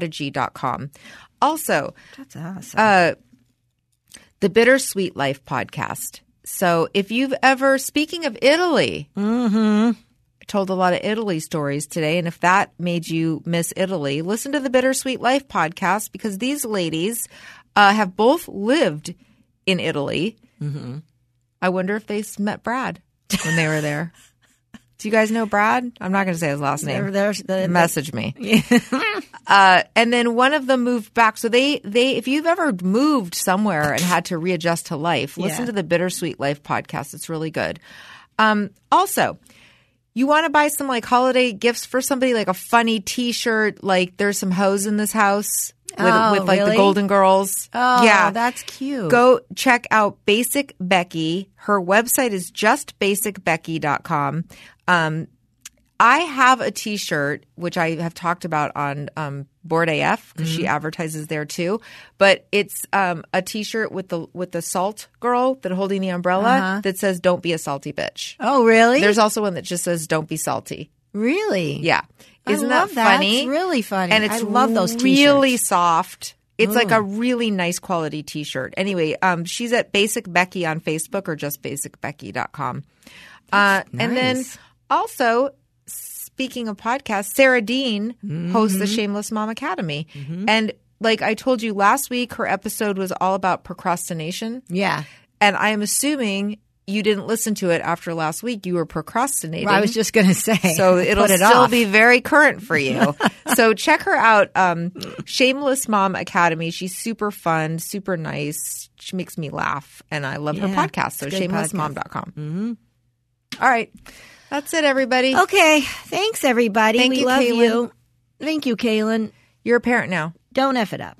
C: preppyprodigy.com. Also,
B: That's awesome.
C: uh, the Bittersweet Life podcast. So if you've ever, speaking of Italy, told a lot of Italy stories today. And if that made you miss Italy, listen to the Bittersweet Life podcast because these ladies uh, have both lived in Italy. I wonder if they s- met Brad when they were there. Do you guys know Brad? I'm not going to say his last name.
B: There- there's the-
C: Message me. uh, and then one of them moved back. So they they if you've ever moved somewhere and had to readjust to life, listen
B: Yeah.
C: to the Bittersweet Life podcast. It's really good. Um, also, you want to buy some like holiday gifts for somebody, like a funny T-shirt. Like there's some hoes in this house with,
B: Oh,
C: with like
B: really?
C: the Golden Girls.
B: Oh,
C: yeah,
B: that's cute.
C: Go check out Basic Becky. Her website is justbasicbecky.com. Um, I have a T-shirt which I have talked about on um, Board AF because she
B: Mm-hmm.
C: advertises there too. But it's um, a T-shirt with the with the salt girl that holding the umbrella that says "Don't be a salty bitch."
B: Oh, Uh-huh. really?
C: There's also one that just says "Don't be salty."
B: really?
C: Yeah,
B: I
C: isn't
B: love
C: that funny?
B: It's really funny.
C: and it's
B: I love those t-shirts.
C: really soft. It's like a really nice quality t-shirt. Anyway, um, she's at Basic Becky on Facebook or just basicbecky.com. Uh, And then
B: nice.
C: also, speaking of podcasts, Sarah Dean hosts
B: Mm-hmm.
C: the Shameless Mom Academy. And like I told you last week, her episode was all about procrastination.
B: Yeah.
C: And I am assuming you didn't listen to it after last week. You were procrastinating.
B: Well, I was just going to say.
C: So it'll
B: put it
C: still
B: off.
C: be very current for you. so check her out. Um, Shameless Mom Academy. She's super fun, super nice. She makes me laugh, and I love her
B: Yeah,
C: podcast. So
B: it's a good
C: shamelessmom.com. Mm-hmm. right. That's it, everybody.
B: Okay. Thanks, everybody.
C: Thank
B: we
C: you,
B: love
C: Kaylin.
B: you. Thank you, Kaylin.
C: You're a parent now.
B: Don't F it up.